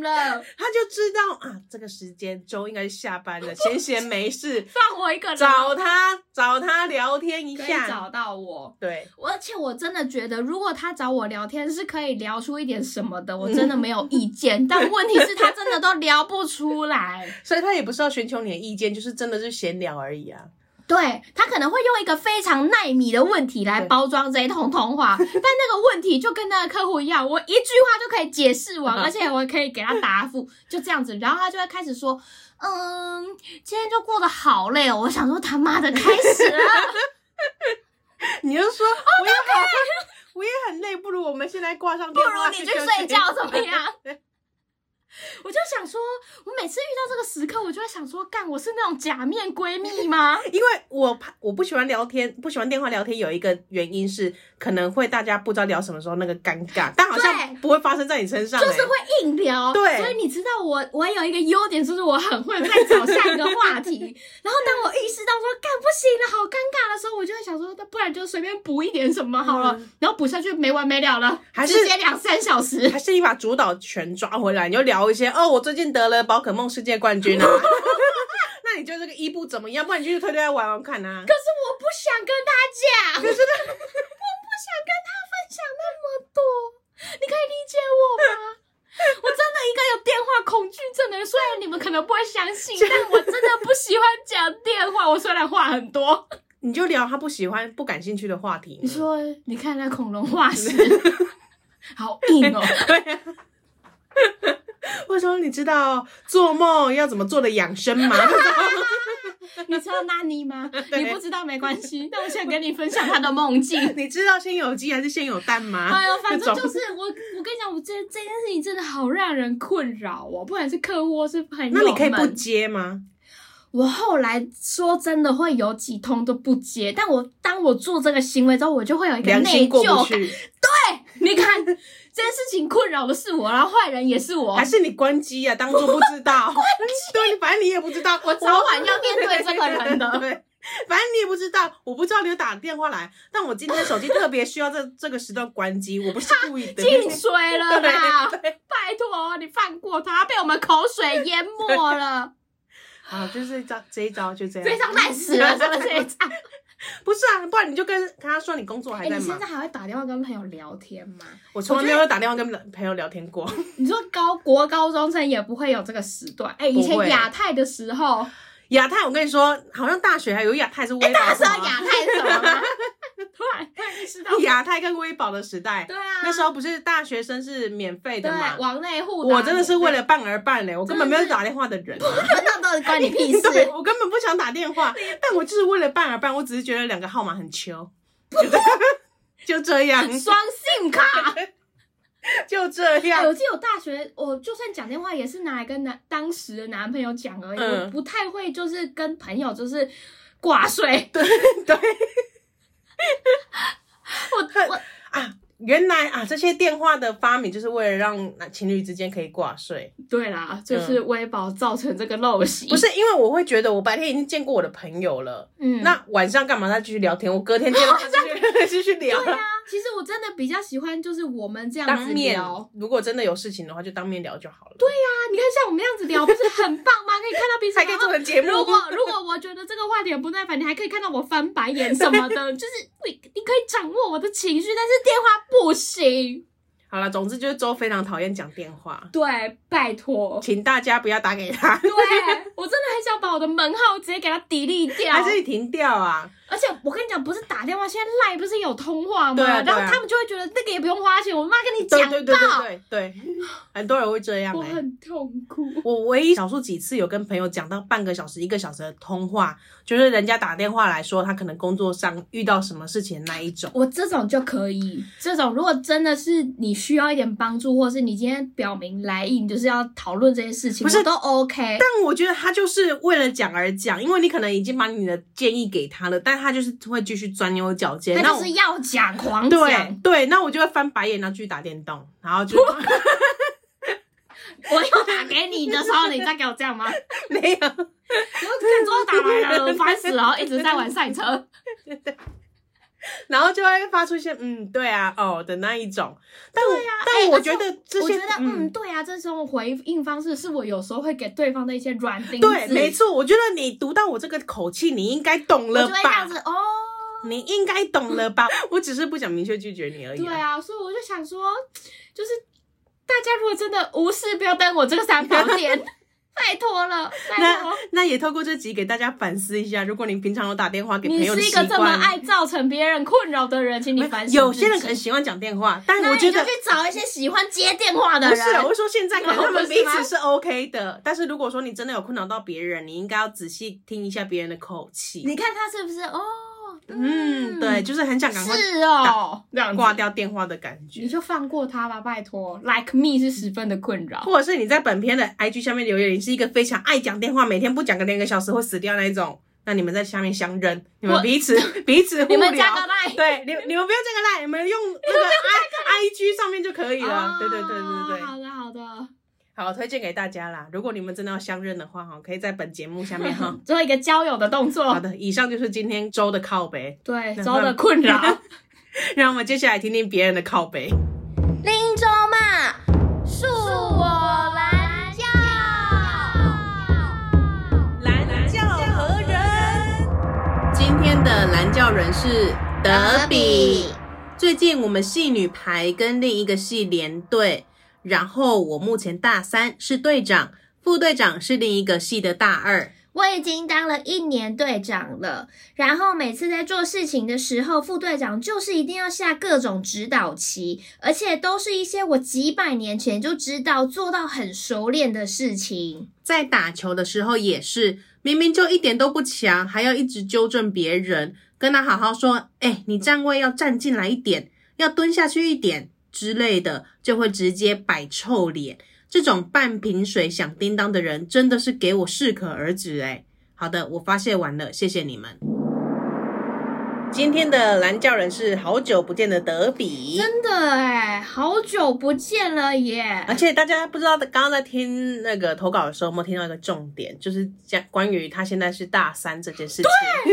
[SPEAKER 2] 了，
[SPEAKER 1] 他就知道啊，这个时间周应该是下班了，闲闲没 事，
[SPEAKER 2] 放我一个人
[SPEAKER 1] 找他找他聊天一
[SPEAKER 2] 可以
[SPEAKER 1] 下。
[SPEAKER 2] 找到我。
[SPEAKER 1] 对，
[SPEAKER 2] 而且我真的觉得，如果他找我聊天是可以聊出一点什么的，我真的没有意见。但问题是，他真的都聊不出来。
[SPEAKER 1] 所以他也不是要寻求你的意见，就是真的是闲聊而已啊。
[SPEAKER 2] 对他可能会用一个非常耐米的问题来包装这一通通 话，但那个问题就跟那个客户一样，我一句话就可以解释完，而且我可以给他答复，就这样子，然后他就会开始说，嗯，今天就过得好累哦，我想说他妈的开始了，
[SPEAKER 1] 你就说，
[SPEAKER 2] 哦
[SPEAKER 1] 我也好，啊我也很累，不如我们现在挂上
[SPEAKER 2] 不
[SPEAKER 1] 电
[SPEAKER 2] 如
[SPEAKER 1] 话，
[SPEAKER 2] 你去睡觉怎么样？
[SPEAKER 1] 对
[SPEAKER 2] 我就想说，我每次遇到这个时刻，我就会想说，干，我是那种假面闺蜜吗？
[SPEAKER 1] 因为我怕我不喜欢聊天，不喜欢电话聊天，有一个原因是可能会大家不知道聊什么时候那个尴尬，但好像
[SPEAKER 2] 对
[SPEAKER 1] 不会发生在你身上、
[SPEAKER 2] 就是
[SPEAKER 1] 欸
[SPEAKER 2] 会硬聊，
[SPEAKER 1] 对
[SPEAKER 2] 所以你知道我我有一个优点，就是我很会再找下一个话 题。然后当我意识到说干不行了，好尴尬的时候，我就会想说，那不然就随便补一点什么好了，然后补下去没完没了了，
[SPEAKER 1] 还是
[SPEAKER 2] 直接两三小 时。
[SPEAKER 1] 还是你把主导权抓回来，你就聊一些哦，我最近得了宝可梦世界冠军啊。 那你就这个伊布怎么样？不然你就去推推他玩玩看啊。
[SPEAKER 2] 可是我不想跟他讲，可是我不想跟他分享那么多，你可以理解我吗？ 我真的一个有电话恐惧症的人，虽然你们可能不会相信， 但我真的不喜欢讲电话。我虽然话很多，
[SPEAKER 1] 你就聊他不喜欢、不感兴趣的话题嘛。
[SPEAKER 2] 你说你看那恐龙 化石，好硬哦。
[SPEAKER 1] 对啊。我说你知道做梦要怎么做的养生 吗？
[SPEAKER 2] 你知道纳尼吗？
[SPEAKER 1] 对
[SPEAKER 2] 你不知道没关系， 但我想跟你分享他的 梦境。
[SPEAKER 1] 你知道先有鸡还是先有蛋吗？
[SPEAKER 2] 哎呦，反
[SPEAKER 1] 啊那
[SPEAKER 2] 正
[SPEAKER 1] 种
[SPEAKER 2] 就是我，我跟你讲，我这这件事情真的好让人困扰哦，不管是客户或是朋友
[SPEAKER 1] 那你可以不
[SPEAKER 2] 们
[SPEAKER 1] 接吗？
[SPEAKER 2] 我后来说真的会有几通都不接，但我当我做这个行为之后，我就会有一个
[SPEAKER 1] 良
[SPEAKER 2] 内
[SPEAKER 1] 心过不
[SPEAKER 2] 疚感。
[SPEAKER 1] 去，
[SPEAKER 2] 你看，这件事情困扰的是我，然后坏人也是我，
[SPEAKER 1] 还是你关机啊？当做不知 道。对，反正你也不知道，
[SPEAKER 2] 我早晚要面对这个人的。
[SPEAKER 1] 对，反正你也不知道，我不知道你有打电话来，但我今天手机特别需要这 这个时段关机，我不是故意的。
[SPEAKER 2] 进水了啦！
[SPEAKER 1] 对对
[SPEAKER 2] 拜托，你放过他，被我们口水淹没了，
[SPEAKER 1] 啊，就是这一招，这一招就这样。
[SPEAKER 2] 这一张烂死了，是不 是？这一张
[SPEAKER 1] 不是啊，不然你就跟他说你工作还
[SPEAKER 2] 哎，
[SPEAKER 1] 在
[SPEAKER 2] 你现
[SPEAKER 1] 忙。
[SPEAKER 2] 在还会打电话跟朋友聊天吗？
[SPEAKER 1] 我从来没有打电话跟朋友聊天过，
[SPEAKER 2] 你说高国高中生也不会有这个时段，哎、以前
[SPEAKER 1] 不会
[SPEAKER 2] 亚太的时候，
[SPEAKER 1] 亚太，我跟你说，好像大学还有亚太是微
[SPEAKER 2] 哎、
[SPEAKER 1] 保、
[SPEAKER 2] 大家知道亚太是什么 吗？突然突然意识到，
[SPEAKER 1] 亚太跟微保的时代，
[SPEAKER 2] 对啊，
[SPEAKER 1] 那时候不是大学生是免费
[SPEAKER 2] 对
[SPEAKER 1] 的嘛？
[SPEAKER 2] 往内户，
[SPEAKER 1] 我真的是为了办而办嘞、我根本没有打电话的人、啊。
[SPEAKER 3] 那到底关你屁事？
[SPEAKER 1] 对，我根本不想打电 话，但我就是为了办而办，我只是觉得两个号码很秋， 就这样，
[SPEAKER 2] 双信卡。
[SPEAKER 1] 就这
[SPEAKER 2] 哎、
[SPEAKER 1] 样。
[SPEAKER 2] 我记得我大学，我就算讲电话也是拿来跟男当时的男朋友讲而已，
[SPEAKER 1] 嗯
[SPEAKER 2] 我不太会就是跟朋友就是挂睡。
[SPEAKER 1] 对对
[SPEAKER 2] 我我
[SPEAKER 1] 啊，原来啊，这些电话的发明就是为了让情侣之间可以挂睡，
[SPEAKER 2] 对啦，就是微保造成这个陋习，
[SPEAKER 1] 嗯不是因为我会觉得我白天已经见过我的朋友了，
[SPEAKER 2] 嗯
[SPEAKER 1] 那晚上干嘛再继续聊天？我隔天 见到他继续继续聊
[SPEAKER 2] 对啊，其实我真的比较喜欢就是我们这样
[SPEAKER 1] 当
[SPEAKER 2] 子
[SPEAKER 1] 面
[SPEAKER 2] 聊。，啊
[SPEAKER 1] 如果真的有事情的话，就当面聊就好了。对，
[SPEAKER 2] 你看像我们这样子聊，不是很棒吗？可以看到彼此。
[SPEAKER 1] 还可以做成节目
[SPEAKER 2] 然后如果如果我觉得这个话题很不耐烦，你还可以看到我翻白眼什么的， 就是你你可以掌握我的情绪，但是电话不行。
[SPEAKER 1] 好了，总之就是周非常讨厌讲电话，
[SPEAKER 2] 对，拜托。
[SPEAKER 1] 请大家不要打给他。
[SPEAKER 2] 对，我真的很想把我的门号直接给他 delete 掉。
[SPEAKER 1] 还是你停掉啊？
[SPEAKER 2] 而且我跟你讲，不是打电话，现在赖不是有通话吗？
[SPEAKER 1] 对啊对
[SPEAKER 2] 然
[SPEAKER 1] 啊
[SPEAKER 2] 后他们就会觉得那个也不用花钱，我妈跟你讲
[SPEAKER 1] 对
[SPEAKER 2] 到，
[SPEAKER 1] 对对对对对，很多人会这样、
[SPEAKER 2] 我
[SPEAKER 1] 欸。
[SPEAKER 2] 很痛苦。
[SPEAKER 1] 我唯一少数几次有跟朋友讲到半个小时、一个小时的通话，就是人家打电话来说他可能工作上遇到什么事情那一种。
[SPEAKER 2] 我这种就可以，这种如果真的是你需要一点帮助，或是你今天表明来意，你就是要讨论这些事情，
[SPEAKER 1] 不是
[SPEAKER 2] 我都 OK。
[SPEAKER 1] 但我觉得他就是为了讲而讲，因为你可能已经把你的建议给他了，但他就是会继续钻牛角尖。
[SPEAKER 2] 他
[SPEAKER 1] 那
[SPEAKER 2] 就
[SPEAKER 1] 我
[SPEAKER 2] 是要讲狂
[SPEAKER 1] 对
[SPEAKER 2] 讲，
[SPEAKER 1] 对，那我就会翻白眼，然后继续打电动，然后就
[SPEAKER 2] 我要打给你的时候， 你再给我这样吗？我
[SPEAKER 1] 没有。
[SPEAKER 2] 看桌打来了，我烦死了，一直在玩赛车。
[SPEAKER 1] 然后就会发出一些嗯，对啊，哦的那一种。但我、
[SPEAKER 2] 啊
[SPEAKER 1] 但我觉得这
[SPEAKER 2] 我
[SPEAKER 1] 些，
[SPEAKER 2] 觉得嗯，对啊，这种回应方式是我有时候会给对方的一些软钉子，
[SPEAKER 1] 对，没错，我觉得你读到我这个口气，你应该懂
[SPEAKER 2] 我
[SPEAKER 1] 了
[SPEAKER 2] 就会这样
[SPEAKER 1] 吧
[SPEAKER 2] 子？哦。
[SPEAKER 1] 你应该懂了吧？ 我只是不想明确拒绝你而已、
[SPEAKER 2] 对，啊，所以我就想说，就是大家如果真的无事不要登我这个三宝点，拜托了，拜
[SPEAKER 1] 那
[SPEAKER 2] 托。
[SPEAKER 1] 那也透过这集给大家反思一下，如果你平常有打电话给朋
[SPEAKER 2] 你
[SPEAKER 1] 友的
[SPEAKER 2] 是一
[SPEAKER 1] 习
[SPEAKER 2] 个
[SPEAKER 1] 惯，
[SPEAKER 2] 这么爱造成别人困扰的人，请你反省自己。
[SPEAKER 1] 有些人可能喜欢讲电话，但
[SPEAKER 3] 那
[SPEAKER 1] 我觉
[SPEAKER 3] 你就
[SPEAKER 1] 得
[SPEAKER 3] 去。找一些喜欢接电话的
[SPEAKER 1] 不是，
[SPEAKER 3] 人
[SPEAKER 1] 我。是说现在可能他
[SPEAKER 2] 不
[SPEAKER 1] 们
[SPEAKER 2] 是
[SPEAKER 1] 彼
[SPEAKER 2] 吗
[SPEAKER 1] 此是 OK 的，但是如果说你真的有困扰到别人，你应该要仔细听一下别人的口气。
[SPEAKER 3] 你看他是不是哦？
[SPEAKER 1] 嗯，对，就是很想赶快
[SPEAKER 2] 是嗯哦，这样子
[SPEAKER 1] 挂掉电话的感觉。
[SPEAKER 2] 你就放过他吧，拜托。Like me 是十分的困扰。
[SPEAKER 1] 或者是你在本片的 IG 下面留言，你是一个非常爱讲电话，每天不讲个两个小时会死掉那一种，那你们在下面相认，你们彼 此彼此互
[SPEAKER 2] 你们
[SPEAKER 1] 聊
[SPEAKER 2] 加个。赖，
[SPEAKER 1] 对，
[SPEAKER 2] 哦
[SPEAKER 1] 你你们不用这个赖，你们用那个 I I G 啊上面就可以了。对对对对对
[SPEAKER 2] 好的好好的，
[SPEAKER 1] 好，推荐给大家啦。如果你们真的要相认的话，哈，可以在本节目下面哈。
[SPEAKER 2] 做一个交友的动
[SPEAKER 1] 好
[SPEAKER 2] 作。
[SPEAKER 1] 的，以上就是今天周的靠背，
[SPEAKER 2] 对，
[SPEAKER 1] 那
[SPEAKER 2] 周的困扰。
[SPEAKER 1] 让我们接下来听听别人的靠背。
[SPEAKER 3] 林州嘛，恕我蓝教。
[SPEAKER 1] 蓝教何人？今天的蓝教人是德比。最近我们系女排跟另一个系联队，然后我目前大三是队长，副队长是另一个系的大二。
[SPEAKER 3] 我已经当了一年队长了，然后每次在做事情的时候，副队长就是一定要下各种指导棋，而且都是一些我几百年前就知道做到很熟练的事情。
[SPEAKER 1] 在打球的时候也是，明明就一点都不强，还要一直纠正别人，跟他好好说，哎、你站位要站进来一点，要蹲下去一点之类的，就会直接摆臭脸。这种半瓶水响叮当的人，真的是给我适可而止哎、好的，我发泄完了，谢谢你们。今天的蓝教人是好久不见的德比，
[SPEAKER 2] 真的哎，好久不见了耶！
[SPEAKER 1] 而且大家不知道，刚刚在听那个投稿的时候，有没有听到一个重点，就是讲关于他现在是大三这件事情。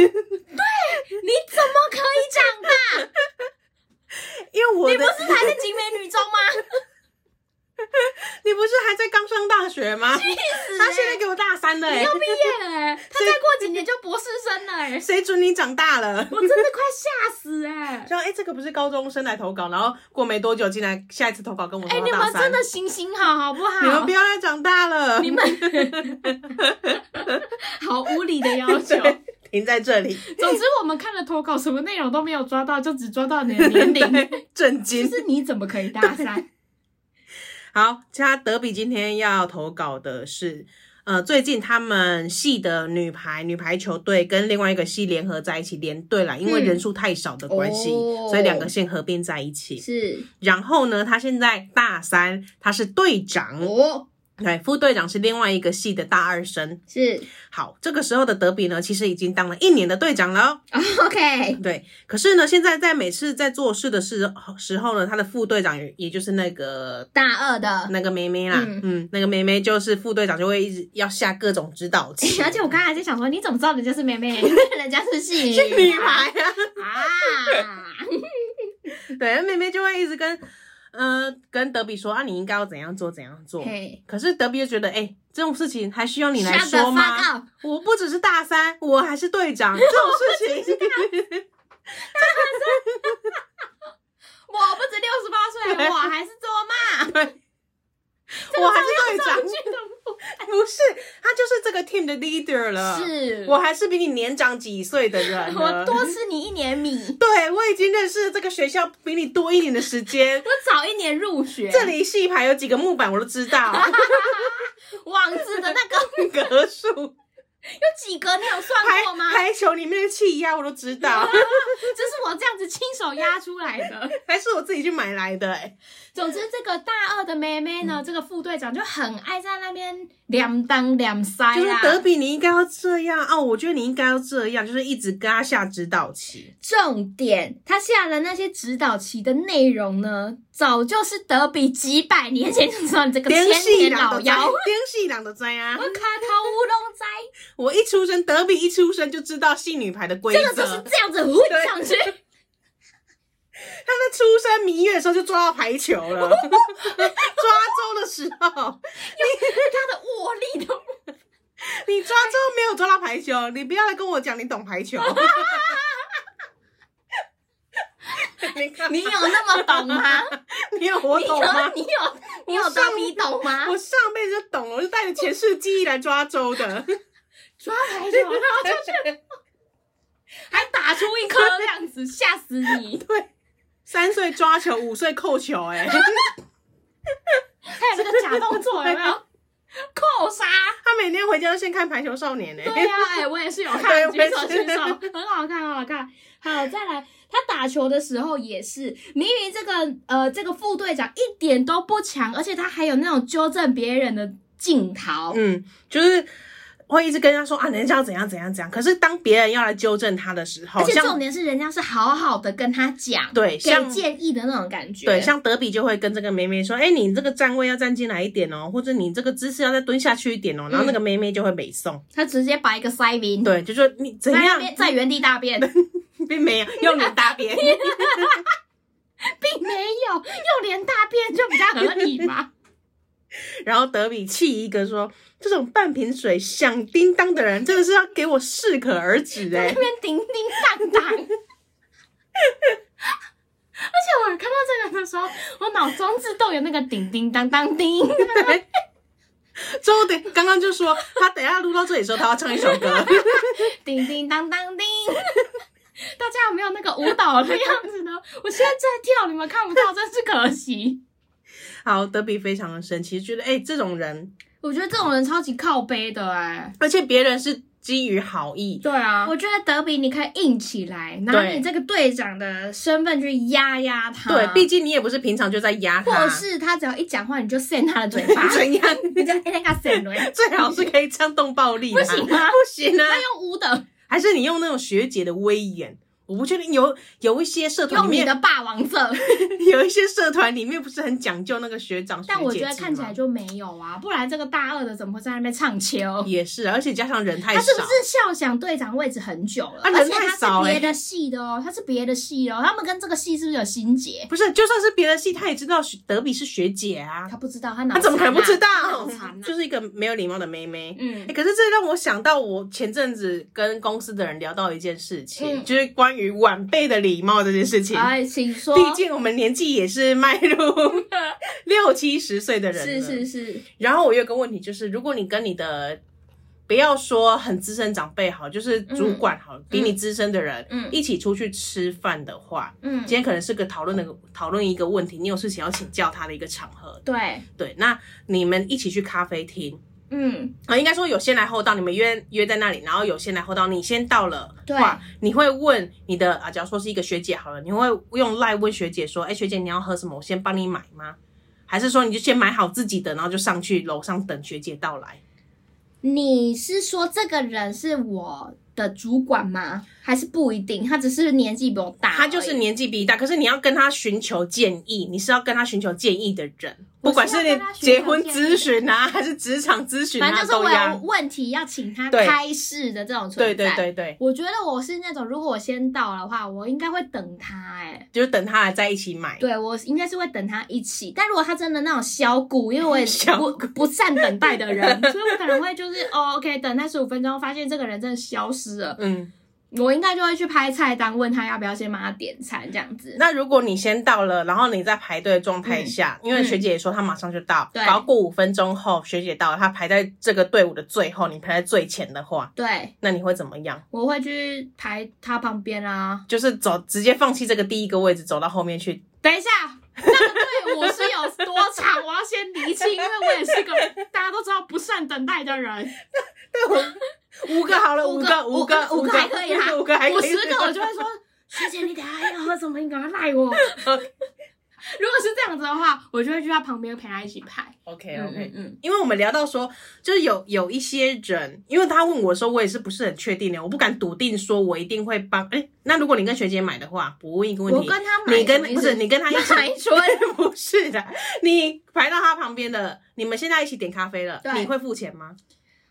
[SPEAKER 2] 你怎么可以长大？
[SPEAKER 1] 因为我的
[SPEAKER 2] 你不是才是景美女中吗？
[SPEAKER 1] 你不是还在刚上大学吗？他现在给我大三了、欸，
[SPEAKER 2] 毕业了哎，他再过几年就博士生了哎，
[SPEAKER 1] 谁准你长大了？
[SPEAKER 2] 我真的快吓死哎！
[SPEAKER 1] 像哎、欸这个不是高中生来投稿，然后过没多久进来，下一次投稿跟我
[SPEAKER 2] 哎，
[SPEAKER 1] 说
[SPEAKER 2] 你
[SPEAKER 1] 他大
[SPEAKER 2] 们
[SPEAKER 1] 三，
[SPEAKER 2] 真的行行好好不
[SPEAKER 1] 你们
[SPEAKER 2] 好
[SPEAKER 1] 不？要再长大了，
[SPEAKER 2] 你们好无理的要 求。
[SPEAKER 1] 对停在这 里，
[SPEAKER 2] 总之，我们看了投稿，什么内容都没有抓到，就只抓到你的年 龄。
[SPEAKER 1] 对震
[SPEAKER 2] 就
[SPEAKER 1] 惊。
[SPEAKER 2] 是你怎么可以大三？
[SPEAKER 1] 好，他德比今天要投稿的是，呃，最近他们系的女排女排球队跟另外一个系联合在一起联队啦，因为
[SPEAKER 2] 嗯
[SPEAKER 1] 人数太少的关系，
[SPEAKER 3] 哦
[SPEAKER 1] 所以两个县合并在一起。
[SPEAKER 3] 是
[SPEAKER 1] 然后呢，他现在大三，他是队长，
[SPEAKER 3] 哦，
[SPEAKER 1] 对，副队长是另外一个系的大二生。
[SPEAKER 3] 是
[SPEAKER 1] 好，这个时候的德比呢，其实已经当了一年的队长了哦。
[SPEAKER 3] OK，
[SPEAKER 1] 对，可是呢，现在在每次在做事的时时候呢，他的副队长也也就是那个
[SPEAKER 3] 大二的。
[SPEAKER 1] 那个妹妹啦，嗯
[SPEAKER 3] 嗯
[SPEAKER 1] 那个妹妹就是副队长，就会一直要下各种指导棋，
[SPEAKER 2] 哎而 且我刚才还在想说，你怎么知道人家是妹 妹？
[SPEAKER 3] 人家是戏
[SPEAKER 1] 是女排啊。
[SPEAKER 3] 啊，
[SPEAKER 1] 对，妹妹就会一直跟，呃，跟德比说啊，你应该要怎样做，怎样做。
[SPEAKER 3] 嘿，
[SPEAKER 1] 可是德比就觉得，哎、这种事情还需要你来
[SPEAKER 3] Shut the
[SPEAKER 1] 说吗
[SPEAKER 3] fuck up？
[SPEAKER 1] 我不只是大三，我还是队长，这种事情
[SPEAKER 2] 我不止六十八岁，我还是做 妈。
[SPEAKER 1] 我还是队长，
[SPEAKER 2] 这个
[SPEAKER 1] 不是他就是这个 team 的 leader 了。，
[SPEAKER 3] 是
[SPEAKER 1] 呃我还是比你年长几岁的人 呢。
[SPEAKER 3] 我多吃你一年米，
[SPEAKER 1] 对，我已经认识这个学校比你多一年的时间。
[SPEAKER 2] 我早一年入学，
[SPEAKER 1] 这里戏牌有几个木板我都知 道，
[SPEAKER 3] 网子的那个
[SPEAKER 1] 格数、
[SPEAKER 3] 有几格，你有算过吗
[SPEAKER 1] 排？排球里面的气压我都知 道，
[SPEAKER 2] 这是我这样子亲手压出来 的。
[SPEAKER 1] 还是我自己去买来的、欸。
[SPEAKER 2] 总之，这个大二的妹妹呢，这个副队长就很爱在那边两当两
[SPEAKER 3] 哎
[SPEAKER 2] 塞啊
[SPEAKER 1] 就是德
[SPEAKER 2] 啦。
[SPEAKER 1] 比，你应该要这样哦，我觉得你应该要这样，就是一直跟他下指导棋。
[SPEAKER 3] 重点，
[SPEAKER 2] 他下的那些指导棋的内容呢，早就是德比几百年前就知道你这个千
[SPEAKER 1] 连戏
[SPEAKER 2] 年
[SPEAKER 1] 郎都
[SPEAKER 2] 老
[SPEAKER 1] 在，
[SPEAKER 2] 妖。
[SPEAKER 1] 连戏郎都在啊
[SPEAKER 2] 我！卡头乌龙斋，
[SPEAKER 1] 我一出生，德比一出生就知道系女排的规则。
[SPEAKER 3] 这个就是这样子呼
[SPEAKER 1] 对
[SPEAKER 3] 上去，
[SPEAKER 1] 他在出生明月的时候就抓到排球 了，抓周的时候，
[SPEAKER 2] 他的握力都
[SPEAKER 1] 你抓周没有抓到排球，你不要来跟我讲你懂排球。你看
[SPEAKER 3] 你有那么懂吗？
[SPEAKER 1] 你有我
[SPEAKER 3] 你
[SPEAKER 1] 懂吗
[SPEAKER 3] 有？你有你有
[SPEAKER 1] 上
[SPEAKER 3] 到你懂吗？
[SPEAKER 1] 我上辈子就懂了，我就带着前世记忆来抓周 的。
[SPEAKER 2] 抓排
[SPEAKER 3] 啊
[SPEAKER 2] 球，然后就是 还打出一颗 这样子，吓死你！
[SPEAKER 1] 对，三岁抓球，五岁扣球、哎，
[SPEAKER 2] 还有这个假动作有没有？ 扣杀？
[SPEAKER 1] 他每天回家都先看《排球少年、
[SPEAKER 2] 对
[SPEAKER 1] 哎，
[SPEAKER 3] 啊
[SPEAKER 2] 呀、哎、我也是有
[SPEAKER 1] 对
[SPEAKER 2] 看
[SPEAKER 1] 我
[SPEAKER 2] 举
[SPEAKER 1] 也
[SPEAKER 2] 手
[SPEAKER 1] 是
[SPEAKER 2] 举手，很好看，很好看。好，再来，他打球的时候也是，明明这个呃这个副队长一点都不强，而且他还有那种纠正别人的镜头，
[SPEAKER 1] 嗯嗯，就是会一直跟他说啊，人家要怎样怎样怎样。可是当别人要来纠正他的时候，
[SPEAKER 3] 而且
[SPEAKER 1] 像
[SPEAKER 3] 重点是人家是好好的跟他讲，
[SPEAKER 1] 对
[SPEAKER 3] 给
[SPEAKER 1] 像
[SPEAKER 3] 建议的那种感觉，
[SPEAKER 1] 对，像德比就会跟这个妹妹说：“哎、你这个站位要站进来一点哦，或者你这个姿势要再蹲下去一点哦。”然
[SPEAKER 3] 嗯
[SPEAKER 1] 后那个妹妹就会美送，
[SPEAKER 3] 他直接把一个塞宾，，
[SPEAKER 1] 对，就说你怎
[SPEAKER 3] 在那
[SPEAKER 1] 样
[SPEAKER 3] 边在原地大便，
[SPEAKER 1] 并没有用脸 打别人，
[SPEAKER 2] 并没有用脸大便就比较合理 嘛。
[SPEAKER 1] 然后德比气一个说：“这种半瓶水响叮当的人，真的是要给我适可而 止哎、
[SPEAKER 2] 那边叮叮当 当。而且我看到这个的时候，我脑中自动有那个叮叮当当叮，
[SPEAKER 1] 周等刚刚就说他等一下录到这里的时候，他要唱一首歌，
[SPEAKER 2] 叮叮当当叮。 大家有没有那个舞蹈的样子呢？我现在在跳，你们看不到，真是可惜。
[SPEAKER 1] 好，德比非常的生气，觉得哎、这种人，
[SPEAKER 2] 我觉得这种人超级靠背的哎、
[SPEAKER 1] 而且别人是基于好意，
[SPEAKER 2] 对啊，
[SPEAKER 3] 我觉得德比你可以硬起来，拿
[SPEAKER 1] 对
[SPEAKER 3] 你这个队长的身份去压压他，
[SPEAKER 1] 对，毕竟你也不是平常就在压
[SPEAKER 3] 嗯或
[SPEAKER 1] 他，，
[SPEAKER 3] 是他只要一讲话你就扇他的嘴巴
[SPEAKER 1] 怎样，
[SPEAKER 3] 你就哎那个扇了，
[SPEAKER 1] 最好是可以这样动暴力、啊，
[SPEAKER 2] 不行吗
[SPEAKER 1] 不行啊，
[SPEAKER 2] 他用舞 的，
[SPEAKER 1] 还是你用那种学姐的威严。我不确定有有一些社团里
[SPEAKER 2] 用你
[SPEAKER 1] 面
[SPEAKER 2] 的霸王色，
[SPEAKER 1] 有一些社团里面不是很讲究那个学长学姐
[SPEAKER 2] 但我觉得
[SPEAKER 1] 制
[SPEAKER 2] 看起
[SPEAKER 1] 吗
[SPEAKER 2] 来就没有啊，不然这个大二的怎么会在那边唱秋？
[SPEAKER 1] 也是，而且加上人太少，
[SPEAKER 2] 他是不是笑想队长位置很久了？
[SPEAKER 1] 啊人
[SPEAKER 2] 而且
[SPEAKER 1] 太
[SPEAKER 2] 他
[SPEAKER 1] 少
[SPEAKER 2] 是
[SPEAKER 1] 欸
[SPEAKER 2] 别的系的哦，他是别的系的哦，他们跟这个系是不是有心结？
[SPEAKER 1] 不是就算是别的系，他也知道学德比是学姐啊，
[SPEAKER 2] 他不知道，他哪、
[SPEAKER 1] 他怎么可能不知道
[SPEAKER 2] 他脑残？啊
[SPEAKER 1] 就是一个没有礼貌的妹妹。
[SPEAKER 2] 嗯
[SPEAKER 1] 欸、可是这让我想到，我前阵子跟公司的人聊到一件事情，
[SPEAKER 2] 嗯
[SPEAKER 1] 就是关于晚辈的礼貌这件事情。
[SPEAKER 2] 哎，请说。
[SPEAKER 1] 毕竟我们年纪也是迈 入六七十岁的人
[SPEAKER 2] 是
[SPEAKER 1] 了，
[SPEAKER 2] 是是，
[SPEAKER 1] 然后我有一个问题就是，如果你跟你的不要说很资深长辈好，就是主管
[SPEAKER 2] 嗯
[SPEAKER 1] 好，比你资深的人，
[SPEAKER 3] 嗯
[SPEAKER 1] 一起出去吃饭的话，
[SPEAKER 3] 嗯
[SPEAKER 1] 今天可能是个讨论的讨论一个问题，你有事情要请教他的一个场合，
[SPEAKER 3] 对，
[SPEAKER 1] 对，那你们一起去咖啡厅。
[SPEAKER 3] 嗯，
[SPEAKER 1] 啊，应该说有先来后到，你们约约在那里，然后有先来后到，你先到了
[SPEAKER 3] 对
[SPEAKER 1] 话，你会问你的啊，假如说是一个学姐好了，你会用赖问学姐说，哎、学姐你要喝什么，我先帮你买吗？还是说你就先买好自己的，然后就上去楼上等学姐到来？
[SPEAKER 3] 你是说这个人是我的主管吗？还是不一定？他只是年纪比我大而已，
[SPEAKER 1] 她就是年纪比你大，可是你要跟她寻求建议，你是要跟她寻求建议的人，
[SPEAKER 2] 我
[SPEAKER 1] 不
[SPEAKER 2] 是
[SPEAKER 1] 管
[SPEAKER 2] 要跟她
[SPEAKER 1] 是
[SPEAKER 2] 寻求
[SPEAKER 1] 结婚
[SPEAKER 2] 建议
[SPEAKER 1] 咨询啊，还是职场咨询
[SPEAKER 3] 反
[SPEAKER 1] 啊，
[SPEAKER 3] 正就是
[SPEAKER 1] 都
[SPEAKER 3] 我有
[SPEAKER 1] 一样。
[SPEAKER 3] 问题要请他
[SPEAKER 1] 对
[SPEAKER 3] 开示的这种存在。
[SPEAKER 1] 对对对对，
[SPEAKER 3] 我觉得我是那种，如果我先到的话，我应该会等他、哎，
[SPEAKER 1] 就是等她来在一起买。
[SPEAKER 3] 对我应该是会等他一起。但如果他真的那种小股，因为我也
[SPEAKER 1] 小
[SPEAKER 3] 不不善等待的人，所以我可能会就是 哦，OK，等待十五分钟，发现这个人真的消失了，
[SPEAKER 1] 嗯，
[SPEAKER 3] 我应该就会去拍菜单，问他要不要先帮他点餐这样子。
[SPEAKER 1] 那如果你先到了，然后你在排队的状态下，因为学姐也说她马上就到，
[SPEAKER 3] 嗯对
[SPEAKER 1] 然后过五分钟后学姐到了，她排在这个队伍的最后，你排在最前的话，
[SPEAKER 3] 对，
[SPEAKER 1] 那你会怎么样？
[SPEAKER 3] 我会去排哎他旁边啊。
[SPEAKER 1] 就是走直接放弃这个第一个位置，走到后面 去。
[SPEAKER 2] 等一下，那个队伍是有多长？我要先厘清，因为我也是个大家都知道不善等待的人。
[SPEAKER 1] 五个好了，
[SPEAKER 3] 五个
[SPEAKER 1] 个，五
[SPEAKER 3] 五个
[SPEAKER 1] 五
[SPEAKER 3] 五个还可以啦
[SPEAKER 1] 五个还可以，
[SPEAKER 2] 我十个我就会说， 学姐你等一下要喝什么？你赶快赖 我。如果是这样子的话，我就会去他旁边陪他一起拍。
[SPEAKER 1] OK
[SPEAKER 3] 嗯
[SPEAKER 1] OK，、
[SPEAKER 3] 嗯嗯，
[SPEAKER 1] 因为我们聊到说，就是有有一些人，因为他问我的时候，我也是不是很确定的，我不敢笃定说我一定会帮。哎，那如果你跟学姐买的话，我问一个问
[SPEAKER 3] 我
[SPEAKER 1] 题，
[SPEAKER 3] 跟他买，
[SPEAKER 1] 你跟
[SPEAKER 3] 什么意
[SPEAKER 1] 不
[SPEAKER 3] 思
[SPEAKER 1] 是你跟他一起
[SPEAKER 3] 买春
[SPEAKER 1] 不是的，你排到他旁边的，你们现在一起点咖啡了，
[SPEAKER 3] 对
[SPEAKER 1] 你会付钱吗？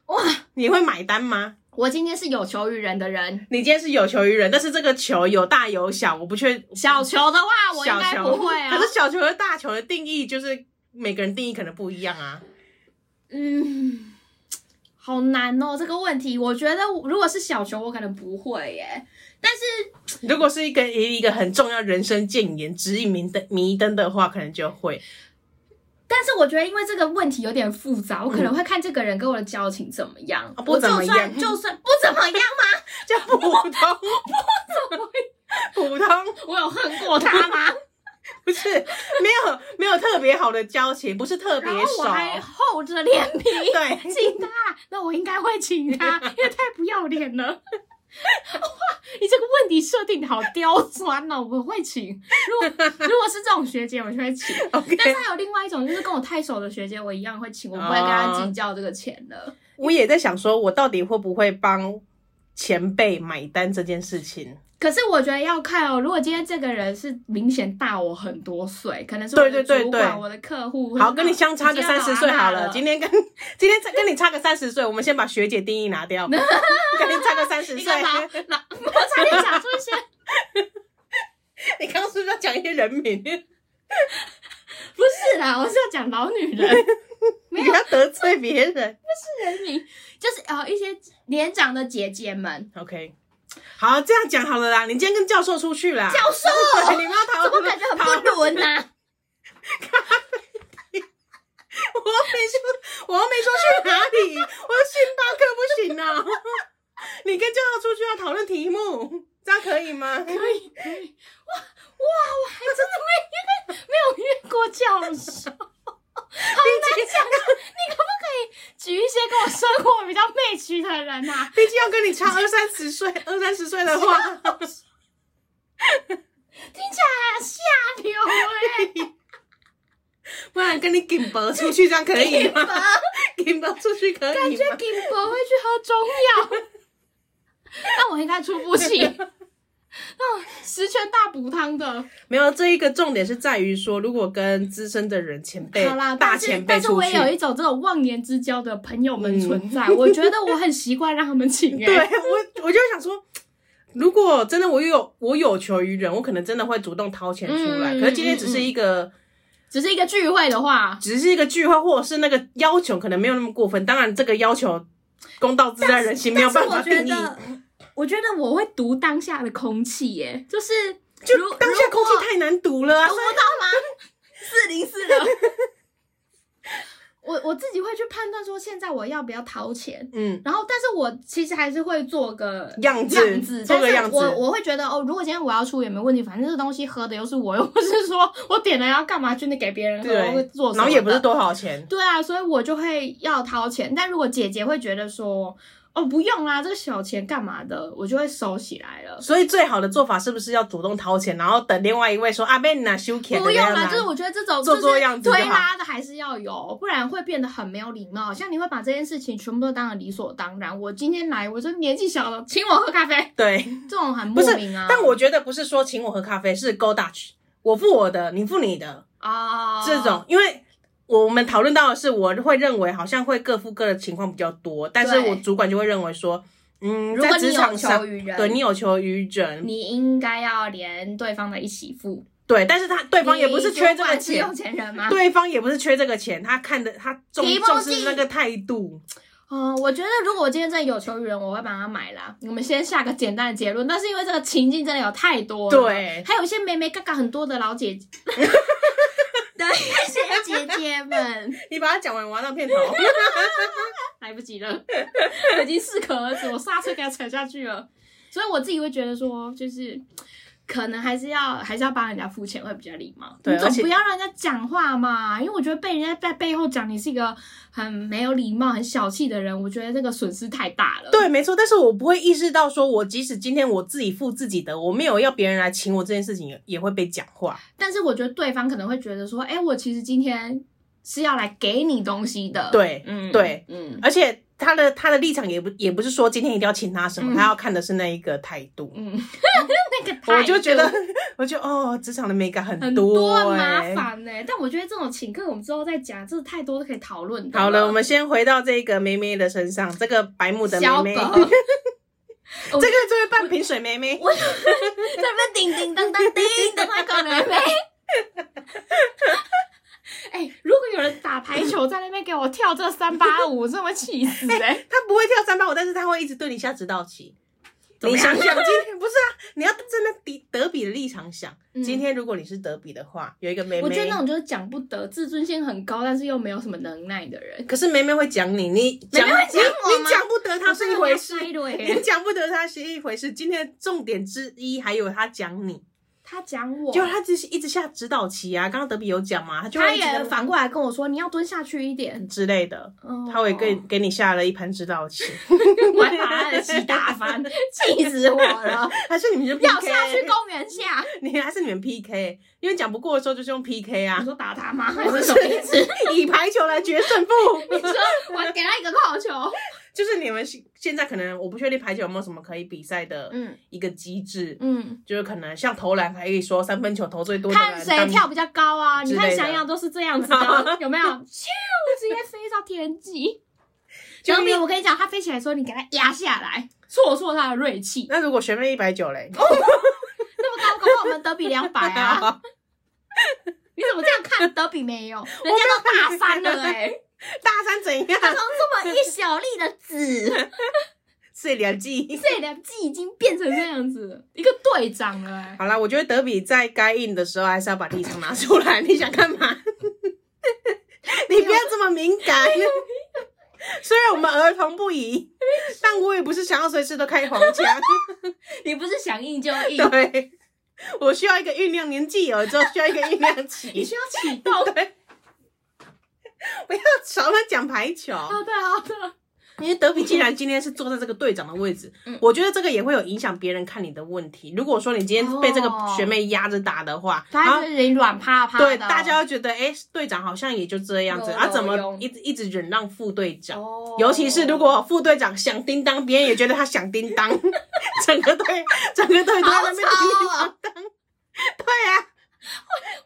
[SPEAKER 3] 哇，
[SPEAKER 1] 你会买单吗？
[SPEAKER 3] 我今天是有求于人的人。
[SPEAKER 1] 你今天是有求于人，但是这个球有大有小，我不确
[SPEAKER 2] 小球的话，我应
[SPEAKER 1] 小
[SPEAKER 2] 该
[SPEAKER 1] 球
[SPEAKER 2] 不会啊
[SPEAKER 1] 可。是小球和大球的定义就是每个人定义可能不一样啊。
[SPEAKER 3] 嗯，
[SPEAKER 2] 好难哦，这个问题，我觉得如果是小球，我可能不会耶。
[SPEAKER 1] 如果是一个一个很重要人生谏言、指引明灯迷灯的话，可能就会。
[SPEAKER 2] 但是我觉得，因为这个问题有点复杂，我可能会看这个人跟我的交情嗯哦怎么样。
[SPEAKER 1] 啊
[SPEAKER 2] 我
[SPEAKER 1] 不
[SPEAKER 2] 就
[SPEAKER 1] 怎么样
[SPEAKER 2] 算就算不怎么样吗？
[SPEAKER 1] 就普 通，不怎么普通
[SPEAKER 2] 我有恨过他 吗？
[SPEAKER 1] 不是没有没有特别好的交情，不是特别
[SPEAKER 2] 然后
[SPEAKER 1] 熟
[SPEAKER 2] 我，还厚着脸皮
[SPEAKER 1] 对。
[SPEAKER 2] 请他，那我应该会请他，因为太不要脸了。哇， 你这个问题设定得好刁钻哦，我会请。如果 如果是这种学姐，我就会请。
[SPEAKER 1] OK，
[SPEAKER 2] 但是还有另外一种，就是跟我太熟的学姐，我一样会请，我不会跟她计较这个钱的。
[SPEAKER 1] 我也在想，说我到底会不会帮前辈买单这件事情？
[SPEAKER 2] 可是我觉得要看哦，如果今天这个人是明显大我很多岁，可能是我
[SPEAKER 1] 对
[SPEAKER 2] 的
[SPEAKER 1] 对
[SPEAKER 2] 主管、
[SPEAKER 1] 对对
[SPEAKER 2] 我的客户，
[SPEAKER 1] 好，跟你相差个
[SPEAKER 2] 已经
[SPEAKER 1] 三
[SPEAKER 2] 要
[SPEAKER 1] 十岁
[SPEAKER 2] 老阿
[SPEAKER 1] 好
[SPEAKER 2] 嬷
[SPEAKER 3] 啊
[SPEAKER 1] 了。
[SPEAKER 2] 了，
[SPEAKER 1] 今天跟今天再跟你差个三十岁，我们先把学姐定义拿 掉，跟你差个三十
[SPEAKER 2] 一
[SPEAKER 1] 岁
[SPEAKER 2] 个。老 老，我差点讲出一些
[SPEAKER 1] 你刚刚是不是要讲一些人名？
[SPEAKER 2] 不是啦，我是要讲老女人没
[SPEAKER 1] 你
[SPEAKER 2] 有
[SPEAKER 1] 不要得罪别人。
[SPEAKER 2] 人名，就是呃一些年长的姐姐们，
[SPEAKER 1] OK，好，这样讲好了啦。你今天跟教授出去啦？
[SPEAKER 3] 教授，
[SPEAKER 1] 对，你们要讨
[SPEAKER 3] 怎么
[SPEAKER 1] 论
[SPEAKER 3] 感觉很
[SPEAKER 1] 讨
[SPEAKER 3] 不伦啊？
[SPEAKER 1] 我又没说，我又没说去哪里，我说星巴 克不行哦。你跟教授出去要讨论题目，这样可以吗？
[SPEAKER 2] 可以啊可以，哇哇，我还真的没 遇没有遇过教授，好难讲，你可不可以举一些跟我生活比较媚趣的人啊？
[SPEAKER 1] 毕竟要跟你差二三十岁，二三十岁的 话，
[SPEAKER 2] 听起来很下流 哎、
[SPEAKER 1] 不然跟你金箔出去，这样可以吗？金箔出去可
[SPEAKER 2] 感
[SPEAKER 1] 以
[SPEAKER 2] 觉
[SPEAKER 1] 吗？
[SPEAKER 2] 金伯会去喝中药，但我应该出不 起。那种十全大补汤的，
[SPEAKER 1] 没有，这一个重点是在于说，如果跟资深的人前辈
[SPEAKER 2] 好啦，、
[SPEAKER 1] 大
[SPEAKER 2] 但是
[SPEAKER 1] 前辈
[SPEAKER 2] 但是
[SPEAKER 1] 出
[SPEAKER 2] 我
[SPEAKER 1] 去
[SPEAKER 2] 也，有一种这种忘年之交的朋友们
[SPEAKER 1] 嗯
[SPEAKER 2] 存在，我觉得我很习惯让他 们请、欸。
[SPEAKER 1] 对我我就想说。如果真的我有我有求于人，我可能真的会主动掏钱出来。
[SPEAKER 2] 嗯
[SPEAKER 1] 可是今天只是一个
[SPEAKER 2] 只是一个聚会的话，
[SPEAKER 1] 只是一个聚会，或者是那个要求可能没有那么过分。当然，这个要求公道自在人心，没有
[SPEAKER 3] 但是
[SPEAKER 1] 办
[SPEAKER 3] 我
[SPEAKER 1] 法
[SPEAKER 3] 觉
[SPEAKER 1] 定义。
[SPEAKER 3] 得，
[SPEAKER 2] 我觉得我会读当下的空气，耶，就是
[SPEAKER 1] 就
[SPEAKER 2] 如
[SPEAKER 1] 当下空气太难读了啊、
[SPEAKER 2] 读不到吗？四零四的。我我自己会去判断说现在我要不要掏钱，
[SPEAKER 1] 嗯，
[SPEAKER 2] 然后但是我其实还是会做个
[SPEAKER 1] 样子
[SPEAKER 2] 样子，
[SPEAKER 1] 做个
[SPEAKER 2] 但
[SPEAKER 1] 样
[SPEAKER 2] 是
[SPEAKER 1] 子
[SPEAKER 2] 我我会觉得哦，如果今天我要出也没问题，反正这东西喝的又是我，又不是说我点了要干嘛去那给别人喝，我会
[SPEAKER 1] 对
[SPEAKER 2] 做，什
[SPEAKER 1] 然
[SPEAKER 2] 么
[SPEAKER 1] 后也不
[SPEAKER 2] 的
[SPEAKER 1] 是多少钱，
[SPEAKER 2] 对啊，所以我就会要掏钱。但如果姐姐会觉得说，哦，不用啦，这个小钱干嘛的，我就会收起来了。
[SPEAKER 1] 所以最好的做法是不是要主动掏钱，然后等另外一位说阿贝拿修钱
[SPEAKER 2] 不
[SPEAKER 1] 的这
[SPEAKER 2] 用
[SPEAKER 1] 样啊
[SPEAKER 2] 啦，
[SPEAKER 1] 拿
[SPEAKER 2] 就是我觉得这种
[SPEAKER 1] 做
[SPEAKER 2] 就是
[SPEAKER 1] 做样子就好
[SPEAKER 2] 推拉的还是要有，不然会变得很没有礼貌。像你会把这件事情全部都当成理所当然。我今天来，我就年纪小了，请我喝咖啡，
[SPEAKER 1] 对，
[SPEAKER 2] 这种很
[SPEAKER 1] 不
[SPEAKER 2] 莫
[SPEAKER 1] 是
[SPEAKER 2] 名啊。。
[SPEAKER 1] 但我觉得不是说请我喝咖啡，是 go Dutch，我付我的，你付你的、
[SPEAKER 2] 啊、
[SPEAKER 1] 这种，因为。我们讨论到的是，我会认为好像会各付各的情况比较多，但是
[SPEAKER 2] 对
[SPEAKER 1] 我主管就会认为说，嗯，
[SPEAKER 2] 如
[SPEAKER 1] 在
[SPEAKER 2] 果
[SPEAKER 1] 职
[SPEAKER 2] 你
[SPEAKER 1] 场
[SPEAKER 2] 有
[SPEAKER 1] 上
[SPEAKER 2] 求于人，
[SPEAKER 1] 对你有求于人，
[SPEAKER 2] 你应该要连对方的一起付。
[SPEAKER 1] 对，但是他对方也不是缺这
[SPEAKER 2] 你主
[SPEAKER 1] 个
[SPEAKER 2] 管是
[SPEAKER 1] 钱
[SPEAKER 2] 有，钱人吗？
[SPEAKER 1] 对方也不是缺这个钱，他看的他重
[SPEAKER 2] 提不
[SPEAKER 1] 重
[SPEAKER 2] 进
[SPEAKER 1] 视那个态度，
[SPEAKER 2] 哦，我觉得如果我今天真的有求于人，我会帮他买啦。我们先下个简单的结论，但是因为这个情境真的有太多了，
[SPEAKER 1] 对
[SPEAKER 2] 还有一些妹妹嘎嘎很多的老姐姐，
[SPEAKER 3] 对，谢谢姐姐们，
[SPEAKER 1] 你把它讲完，我要当片头。
[SPEAKER 2] 来不及了，我已经适可而止，我刹车给他踩下去了。所以我自己会觉得说，就是可能还是要还是要帮人家付钱会比较礼貌，
[SPEAKER 1] 对
[SPEAKER 2] 你总
[SPEAKER 1] 而且
[SPEAKER 2] 不要让人家讲话嘛，因为我觉得被人家在背后讲你是一个很没有礼貌、很小气的人，我觉得这个损失太大了。
[SPEAKER 1] 对，没错，但是我不会意识到，说我即使今天我自己付自己的，我没有要别人来请我这件事情也也会被讲话。
[SPEAKER 2] 但是我觉得对方可能会觉得说，哎、我其实今天是要来给你东西的。
[SPEAKER 1] 对
[SPEAKER 2] 嗯
[SPEAKER 1] 对，
[SPEAKER 2] 嗯
[SPEAKER 1] 而且他的他的立场也不也不是说今天一定要请他什么，
[SPEAKER 2] 嗯
[SPEAKER 1] 他要看的是那一个态度。
[SPEAKER 2] 嗯， 那个态度
[SPEAKER 1] 我就觉得，我就哦，职场的美感
[SPEAKER 2] 很
[SPEAKER 1] 很
[SPEAKER 2] 多
[SPEAKER 1] 欸
[SPEAKER 2] 麻烦呢、但我觉得这种请客我们之后再讲，这太多都可以讨论的。
[SPEAKER 1] 好了，我 们先回到这个妹妹的身上，这个白目的妹
[SPEAKER 2] 小
[SPEAKER 1] 妹，
[SPEAKER 2] 狗 哦
[SPEAKER 1] 这个这位半瓶水妹妹，
[SPEAKER 3] 我在那边叮叮当当叮当当，
[SPEAKER 2] 那个妹妹。 哎、如果有人打排球在那边给我跳这三八五，我真的会气死哎、
[SPEAKER 1] 她不会跳三八舞，但是她会一直对你下指导棋。
[SPEAKER 2] 怎
[SPEAKER 1] 你
[SPEAKER 2] 么样
[SPEAKER 1] 想想，今天不是啊？你要站在比德比的立场想，
[SPEAKER 2] 嗯
[SPEAKER 1] 今天如果你是德比的话，有一个妹妹，
[SPEAKER 2] 我觉得那种就是讲不得、自尊心很高，但是又没有什么能耐的人，
[SPEAKER 1] 可是妹妹会讲你，你讲
[SPEAKER 3] 妹妹会讲我
[SPEAKER 1] 你
[SPEAKER 3] 吗
[SPEAKER 1] 你讲不得她是一回事啊
[SPEAKER 2] 我，真的要塞了耶
[SPEAKER 1] 你讲不得她是一回事。今天的重点之一还有她讲你，
[SPEAKER 2] 他讲我，
[SPEAKER 1] 就她只是一直下指导棋啊。刚刚德比有讲嘛，她就
[SPEAKER 2] 他
[SPEAKER 1] 会一直
[SPEAKER 2] 也
[SPEAKER 1] 在
[SPEAKER 2] 反过来跟我说，你要蹲下去一点。
[SPEAKER 1] 之类的，
[SPEAKER 2] 哦
[SPEAKER 1] 她会给给你下了一盘指 导棋，
[SPEAKER 2] 我还把他的棋打翻，
[SPEAKER 3] 气死我了！
[SPEAKER 1] 还是你们就 PK
[SPEAKER 2] 要下去公园下。
[SPEAKER 1] 你还是你们 PK，因为讲不过的时候就是用 PK 啊
[SPEAKER 2] 你，说打他吗？还
[SPEAKER 1] 不
[SPEAKER 2] 是什么意思？
[SPEAKER 1] 以排球来决胜负。
[SPEAKER 2] 你说我给他一个扣球，
[SPEAKER 1] 就是你们现现在可能我不确定排球有没有什么可以比赛的
[SPEAKER 3] 嗯
[SPEAKER 1] 一个机制，
[SPEAKER 2] 嗯，
[SPEAKER 1] 就是可能像投篮可以说三分球投最多的人
[SPEAKER 2] 看谁
[SPEAKER 1] 当
[SPEAKER 2] 跳比较高啊！
[SPEAKER 1] 之
[SPEAKER 2] 你
[SPEAKER 1] 类的
[SPEAKER 2] 看翔阳都是这样子 的，哦有没有？咻，直接飞到 天际。
[SPEAKER 1] 就
[SPEAKER 2] 德
[SPEAKER 1] 是
[SPEAKER 2] 比，我跟你讲，他飞起来的时候，你给他压下来，挫挫他的锐气。
[SPEAKER 1] 那如果学妹一百九嘞，
[SPEAKER 2] 那么高，搞不好我们德比两百 啊！ 你怎么这样看德比没 有？人家都大三了哎、
[SPEAKER 1] 大三怎
[SPEAKER 2] 他
[SPEAKER 1] 样？
[SPEAKER 2] 从这么一小粒的籽，
[SPEAKER 1] 是 两季。
[SPEAKER 2] 这两季已经 变成这样子了，一个队长了 哎、
[SPEAKER 1] 好啦，我觉得德比在该硬的时候还是要把立场拿出来。你想干 嘛？你不要这么敏感。虽然我们儿童不宜，但我也不是想要随时都开黄腔。
[SPEAKER 2] 你不是想硬就硬，
[SPEAKER 1] 对，我需要一个酝酿年纪有了之后需要一个酝酿
[SPEAKER 2] 你
[SPEAKER 1] 期。
[SPEAKER 2] 需要启动。
[SPEAKER 1] 对，不要少了讲排球。
[SPEAKER 2] 好的好的，
[SPEAKER 1] 因为德比既然今天是坐在这个队长的位置，
[SPEAKER 3] 嗯
[SPEAKER 1] 我觉得这个也会有影响别人看你的问题。如果说你今天被这个学妹压着打的话，然
[SPEAKER 2] 哦他
[SPEAKER 1] 后
[SPEAKER 2] 是人软趴趴的哦，
[SPEAKER 1] 对大家会觉得，哎、队长好像也就这样子，
[SPEAKER 2] 有
[SPEAKER 1] 啊，
[SPEAKER 2] 有
[SPEAKER 1] 怎么
[SPEAKER 2] 有
[SPEAKER 1] 一直一直忍让副队长？
[SPEAKER 2] 哦
[SPEAKER 1] 尤其是如果副队长响叮当，别人也觉得他响叮当， 整个队整个队都
[SPEAKER 2] 好
[SPEAKER 1] 在那边叮叮
[SPEAKER 2] 吵
[SPEAKER 1] 当
[SPEAKER 2] 啊，
[SPEAKER 1] 当。对啊，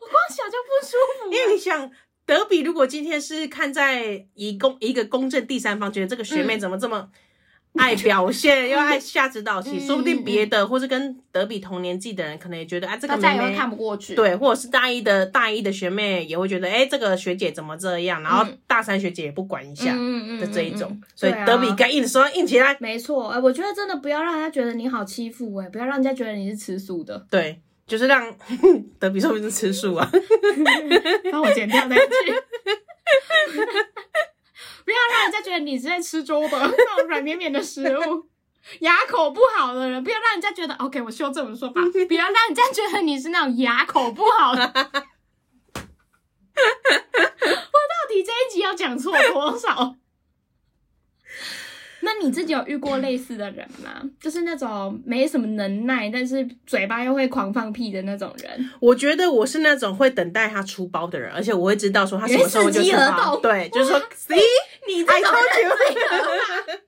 [SPEAKER 2] 我光想就不舒服。
[SPEAKER 1] 因为你想，德比如果今天是看在一公一个公正第三方，觉得这个
[SPEAKER 3] 嗯
[SPEAKER 1] 学妹怎么这么爱表 现，又爱下指导棋，
[SPEAKER 3] 嗯
[SPEAKER 1] 说不定别的或是跟德比同年纪的人，可能也觉得啊，这个
[SPEAKER 2] 大
[SPEAKER 1] 妹
[SPEAKER 2] 家也会
[SPEAKER 1] 妹
[SPEAKER 2] 看不过去，，
[SPEAKER 1] 对，或者是大一的大一的学妹也会觉得，哎、这个学姐怎么这样？然后
[SPEAKER 3] 嗯
[SPEAKER 1] 大三学姐也不管一下
[SPEAKER 3] 嗯
[SPEAKER 1] 的这一种，，
[SPEAKER 3] 嗯嗯
[SPEAKER 1] 所以
[SPEAKER 2] 对啊
[SPEAKER 1] 德比该硬的时候要硬起来。
[SPEAKER 2] 没错。哎、我觉得真的不要让人家觉得你好欺负，哎，不要让人家觉得你是吃素的。
[SPEAKER 1] 对，就是让 德比说不定是吃素啊。
[SPEAKER 2] 帮我剪掉那一句。 不要让人家觉得你是在吃粥 的那种软绵绵的食物。牙口不好的人，不要让人家觉得 OK，我修正我的 说法，不要让人家觉得你是那种牙口不好 的。我到底这一集要讲错多 少？那你自己有遇过类似的人吗？就是那种没什么能耐，但是嘴巴又会狂放屁的那种人。
[SPEAKER 1] 我觉得我是那种会等待他出包的人，而且我会知道说他什么时候就
[SPEAKER 2] 原
[SPEAKER 1] 出
[SPEAKER 2] 始饥饿
[SPEAKER 1] 包。
[SPEAKER 2] 动
[SPEAKER 1] 对，就是 说，see
[SPEAKER 2] 你这
[SPEAKER 1] I
[SPEAKER 2] 种
[SPEAKER 1] told you，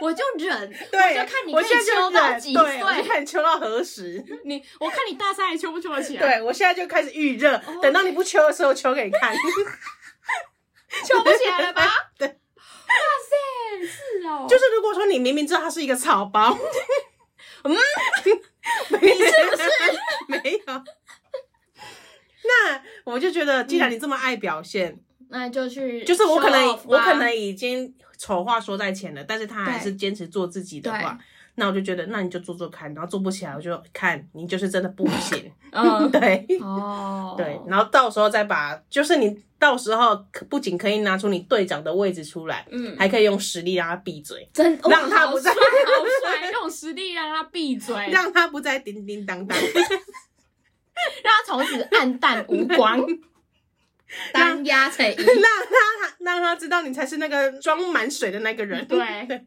[SPEAKER 2] 我就忍，
[SPEAKER 1] 对，
[SPEAKER 2] 我就看你
[SPEAKER 1] 我
[SPEAKER 2] 可以
[SPEAKER 1] 现在就
[SPEAKER 2] 秋到
[SPEAKER 1] 忍
[SPEAKER 2] 几
[SPEAKER 1] 对
[SPEAKER 2] 岁
[SPEAKER 1] 我就看你秋到何 时。
[SPEAKER 2] 你我看你大三还抽不抽得起啊来？，
[SPEAKER 1] 对我现在就开始预热，
[SPEAKER 2] 哦
[SPEAKER 1] 等到你不秋的时候，秋给你 看。
[SPEAKER 2] 抽不起来了吧？
[SPEAKER 1] 对
[SPEAKER 2] 哇塞，是哦，
[SPEAKER 1] 就是如果说你明明知道他是一个草 包， 嗯，你是不是 没有？那我就觉得，既然你这么爱表现，
[SPEAKER 2] 那就去，
[SPEAKER 1] 就是我可能我可能已经丑话说在前了，但是他还是坚持做自己的话，那我就觉得那你就做做看，然后做不起来我就看你就是真的 不行，
[SPEAKER 2] 嗯
[SPEAKER 1] 对
[SPEAKER 2] 哦
[SPEAKER 1] 对，然后到时候再把就是你到时候可不仅可以拿出你队长的位置出来，
[SPEAKER 3] 嗯
[SPEAKER 1] 还可以用实力让他闭嘴，
[SPEAKER 2] 真
[SPEAKER 1] 让他不在
[SPEAKER 2] 哦好帅，好帅用实力让他闭嘴，让
[SPEAKER 1] 让他不再叮叮当当，
[SPEAKER 2] 他从此暗淡无光。
[SPEAKER 3] 单压成一，
[SPEAKER 1] 让他让他知道你才是那个装满水的那个人，
[SPEAKER 2] 对
[SPEAKER 1] 对。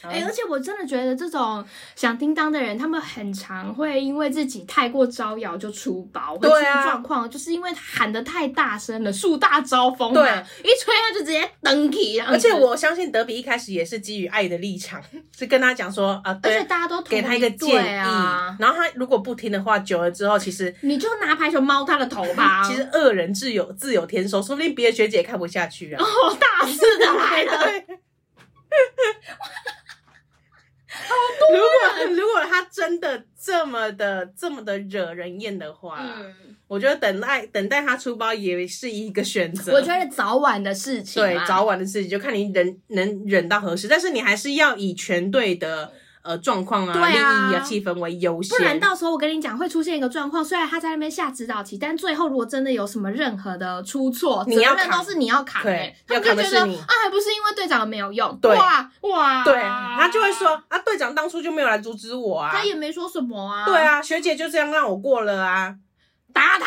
[SPEAKER 2] 哎、而且我真的觉得这种响叮当的人，他们很常会因为自己太过招摇就出包，会出
[SPEAKER 1] 对啊
[SPEAKER 2] 状况，就是因为喊得太大声了，树大招风嘛，啊
[SPEAKER 1] 对
[SPEAKER 2] 一吹他就直接登起这样子，
[SPEAKER 1] 而且我相信德比一开始也是基于爱的立场，是跟他讲说啊，
[SPEAKER 2] 而
[SPEAKER 1] 对
[SPEAKER 2] 且，大家都同
[SPEAKER 1] 给他一个建
[SPEAKER 2] 对
[SPEAKER 1] 议，
[SPEAKER 2] 啊，
[SPEAKER 1] 然后他如果不听的话，久了之后，其实
[SPEAKER 2] 你就拿排球猫他的头 吧，
[SPEAKER 1] 其实恶人自有自有天收，说不定别的学姐也看不下去啊。
[SPEAKER 2] 哦，大事 的来了，
[SPEAKER 1] 对啊如果如果他真的这么的这么的惹人厌的话，
[SPEAKER 3] 嗯，
[SPEAKER 1] 我觉得等待等待他出包也是一个选择。
[SPEAKER 2] 我觉得啊早晚的事
[SPEAKER 3] 啊
[SPEAKER 2] 情嘛，
[SPEAKER 1] 对早晚的事情，就看你忍能忍到何时，但是你还是要以全队的呃状况啊、
[SPEAKER 2] 对啊
[SPEAKER 1] 利益啊、气氛为优先。
[SPEAKER 2] 不然到时候我跟你讲会出现一个状况，虽然他在那边下指导棋，但最后如果真的有什么任何的出错，
[SPEAKER 1] 你要
[SPEAKER 2] 责任
[SPEAKER 1] 扛
[SPEAKER 2] 都是你要扛、
[SPEAKER 1] 对
[SPEAKER 2] 欸，他们
[SPEAKER 1] 要扛的
[SPEAKER 2] 就觉
[SPEAKER 1] 是
[SPEAKER 2] 得
[SPEAKER 1] 你
[SPEAKER 2] 啊，还不是因为队长的没有用，
[SPEAKER 1] 对
[SPEAKER 2] 哇哇，
[SPEAKER 1] 对他就会说啊，队长当初就没有来阻止我啊，
[SPEAKER 2] 他也没说什么啊，
[SPEAKER 1] 对，啊，学姐就这样让我过了啊。
[SPEAKER 2] 打他，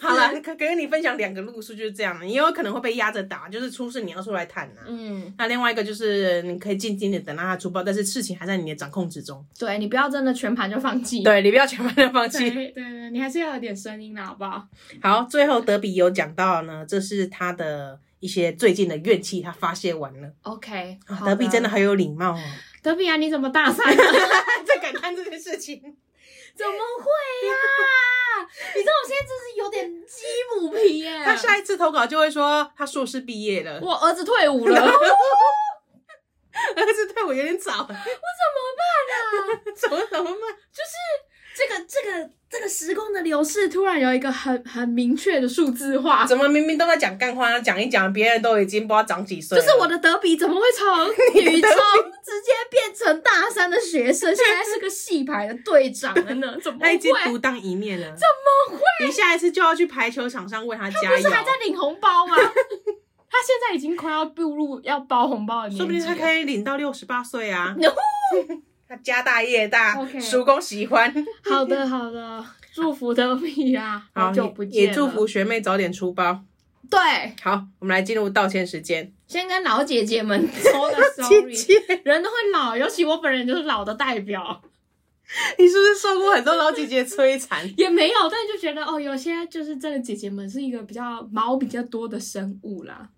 [SPEAKER 1] 好了，可跟你分享两个路数就是这样，也有可能会被压着打，就是出事你要出来谈啊。
[SPEAKER 2] 嗯，
[SPEAKER 1] 那另外一个就是你可以静静的等到他出包，但是事情还在你的掌控之中。
[SPEAKER 2] 对你不要真的全盘就放弃，
[SPEAKER 1] 对你不要全盘的放
[SPEAKER 2] 对
[SPEAKER 1] 弃。
[SPEAKER 2] 对对，你还是要有点声音的好不好？
[SPEAKER 1] 好，最后德比有讲到呢，这是他的一一些最近的怨气，他发泄完了。
[SPEAKER 2] OK，
[SPEAKER 1] 啊，
[SPEAKER 2] 好
[SPEAKER 1] 德比真的很有礼 貌哦，
[SPEAKER 2] 德比啊，你怎么 大三了？
[SPEAKER 1] 在感叹这件事情。
[SPEAKER 2] 怎么会呀、你知道我现在真是有点鸡母皮耶、
[SPEAKER 1] 他下一次投稿就会说他硕士毕业了，
[SPEAKER 2] 我儿子退 伍了，
[SPEAKER 1] 儿子对我有点早，
[SPEAKER 2] 我怎么办啊？
[SPEAKER 1] 怎么怎么办？
[SPEAKER 2] 这个这个这个时空的流逝，突然有一个很很明确的数字化，
[SPEAKER 1] 啊怎么明明都在讲干话，讲一讲别人都已经不知道长几岁
[SPEAKER 2] 就
[SPEAKER 1] 了，
[SPEAKER 2] 是我的德比怎么会 从女中直接变成大三的学生，现在是个戏牌的队长了 呢？怎么
[SPEAKER 1] 他
[SPEAKER 2] 会？
[SPEAKER 1] 已经
[SPEAKER 2] 不
[SPEAKER 1] 独当一面了，怎么会？你下一次就要去排球场上为他加油
[SPEAKER 2] 是，还在领红 包吗？他现在已经快要步入要包红包的年纪
[SPEAKER 1] 说
[SPEAKER 2] 了，
[SPEAKER 1] 不定他可以领到六十八岁啊
[SPEAKER 2] No！
[SPEAKER 1] 他家大业大
[SPEAKER 2] OK
[SPEAKER 1] 叔公喜欢。
[SPEAKER 2] 好的，好的，祝福德米啊，
[SPEAKER 1] 好，
[SPEAKER 2] 好久不
[SPEAKER 1] 也
[SPEAKER 2] 见，
[SPEAKER 1] 也祝福。学妹早点出包。
[SPEAKER 2] 对，
[SPEAKER 1] 好，我们来进入道歉时间。
[SPEAKER 2] 先跟老姐姐们说个 sorry，
[SPEAKER 1] 姐，
[SPEAKER 2] 人都会老，尤其我本人就是老的代表，？
[SPEAKER 1] 你是不是受过很多老姐姐的摧残
[SPEAKER 2] 也没有，但就觉得哦，有些就是真的姐姐们是一个比较毛比较多的生物啦。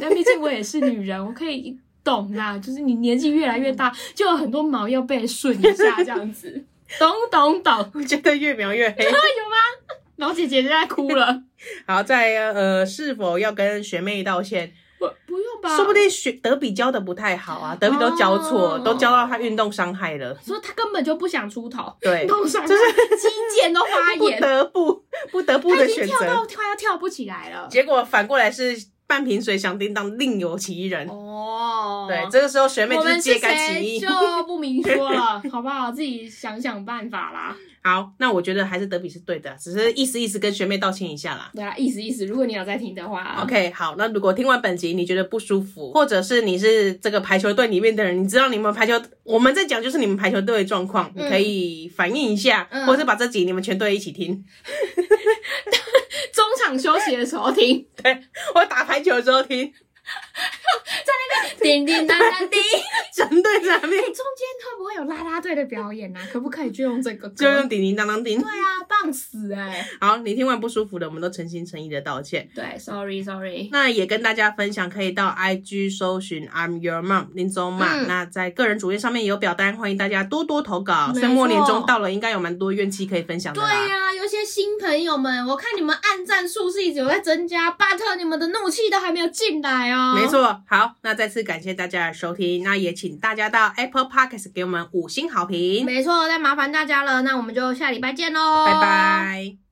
[SPEAKER 2] 但毕竟我也是女人，我可以懂啦，就是你年纪越来越大，就有很多毛要被顺一下这样子，懂懂懂，
[SPEAKER 1] 我觉得越描越黑。
[SPEAKER 2] 老姐姐就在哭了，
[SPEAKER 1] 好，再来呃，是否要跟学妹道歉？
[SPEAKER 2] 我不用吧，
[SPEAKER 1] 说不定学德比教的不太好啊，德比都教错，
[SPEAKER 2] 哦
[SPEAKER 1] 都教到他运动伤害 了。
[SPEAKER 2] 说她根本就不想出头。
[SPEAKER 1] 对，
[SPEAKER 2] 弄伤，
[SPEAKER 1] 哎就是
[SPEAKER 2] 肌腱都发
[SPEAKER 1] 不
[SPEAKER 2] 炎，
[SPEAKER 1] 得不不得不
[SPEAKER 2] 他
[SPEAKER 1] 的
[SPEAKER 2] 已经
[SPEAKER 1] 选
[SPEAKER 2] 跳
[SPEAKER 1] 择
[SPEAKER 2] 到。快要跳不起来了。
[SPEAKER 1] 结果反过来是半瓶水响叮当，另有其人。
[SPEAKER 2] 哦
[SPEAKER 1] 对，这个时候学妹
[SPEAKER 2] 我
[SPEAKER 1] 就是
[SPEAKER 2] 们是
[SPEAKER 1] 揭竿起
[SPEAKER 2] 谁
[SPEAKER 1] 义
[SPEAKER 2] 就。不明说了，好不好？自己想想办法啦。
[SPEAKER 1] 好，那我觉得还是德比是对的，啊只是意思意思跟学妹道歉一下啦。
[SPEAKER 2] 对啦，啊意思意思，如果你有在听的话
[SPEAKER 1] OK，好，那如果听完本集你觉得不舒服，或者是你是这个排球队里面的人，你知道你们排球，我们在讲就是你们排球队的状况，你可以反映一下，
[SPEAKER 2] 嗯
[SPEAKER 1] 或者是把这集你们全队一起听。
[SPEAKER 2] 中场休息的时候听，
[SPEAKER 1] 对我打排球的时候听，
[SPEAKER 3] 叮叮当当 叮，
[SPEAKER 1] 整队在那边
[SPEAKER 2] 哎，中间会不会有啦啦队的表演 啊？可不可以就用这个
[SPEAKER 1] 就用
[SPEAKER 2] 歌？
[SPEAKER 1] 叮叮当当叮
[SPEAKER 2] 对。啊，棒死哎、
[SPEAKER 1] 好，你听完不舒服的，我们都诚心诚意的道歉。
[SPEAKER 2] 对，sorry sorry，
[SPEAKER 1] 那也跟大家分享，可以到 IG 搜寻 I'm Your Mom 林宗嘛。
[SPEAKER 2] 嗯
[SPEAKER 1] 那在个人主页上面也有表单，欢迎大家多多投稿。
[SPEAKER 2] 没错
[SPEAKER 1] 岁末年终到了，应该有蛮多怨气可以分享的
[SPEAKER 2] 对
[SPEAKER 1] 啦。
[SPEAKER 3] 啊
[SPEAKER 2] 呀、有些新朋友们，我看你们按赞数是一直有在增加，but 你们的怒气都还没有进来哦。
[SPEAKER 1] 没错，好，那再次感谢大家的收听，那也请大家到 Apple Podcast 给我们五星好评，
[SPEAKER 2] 没错，那麻烦大家了，那我们就下礼拜见喽，
[SPEAKER 1] 拜。拜。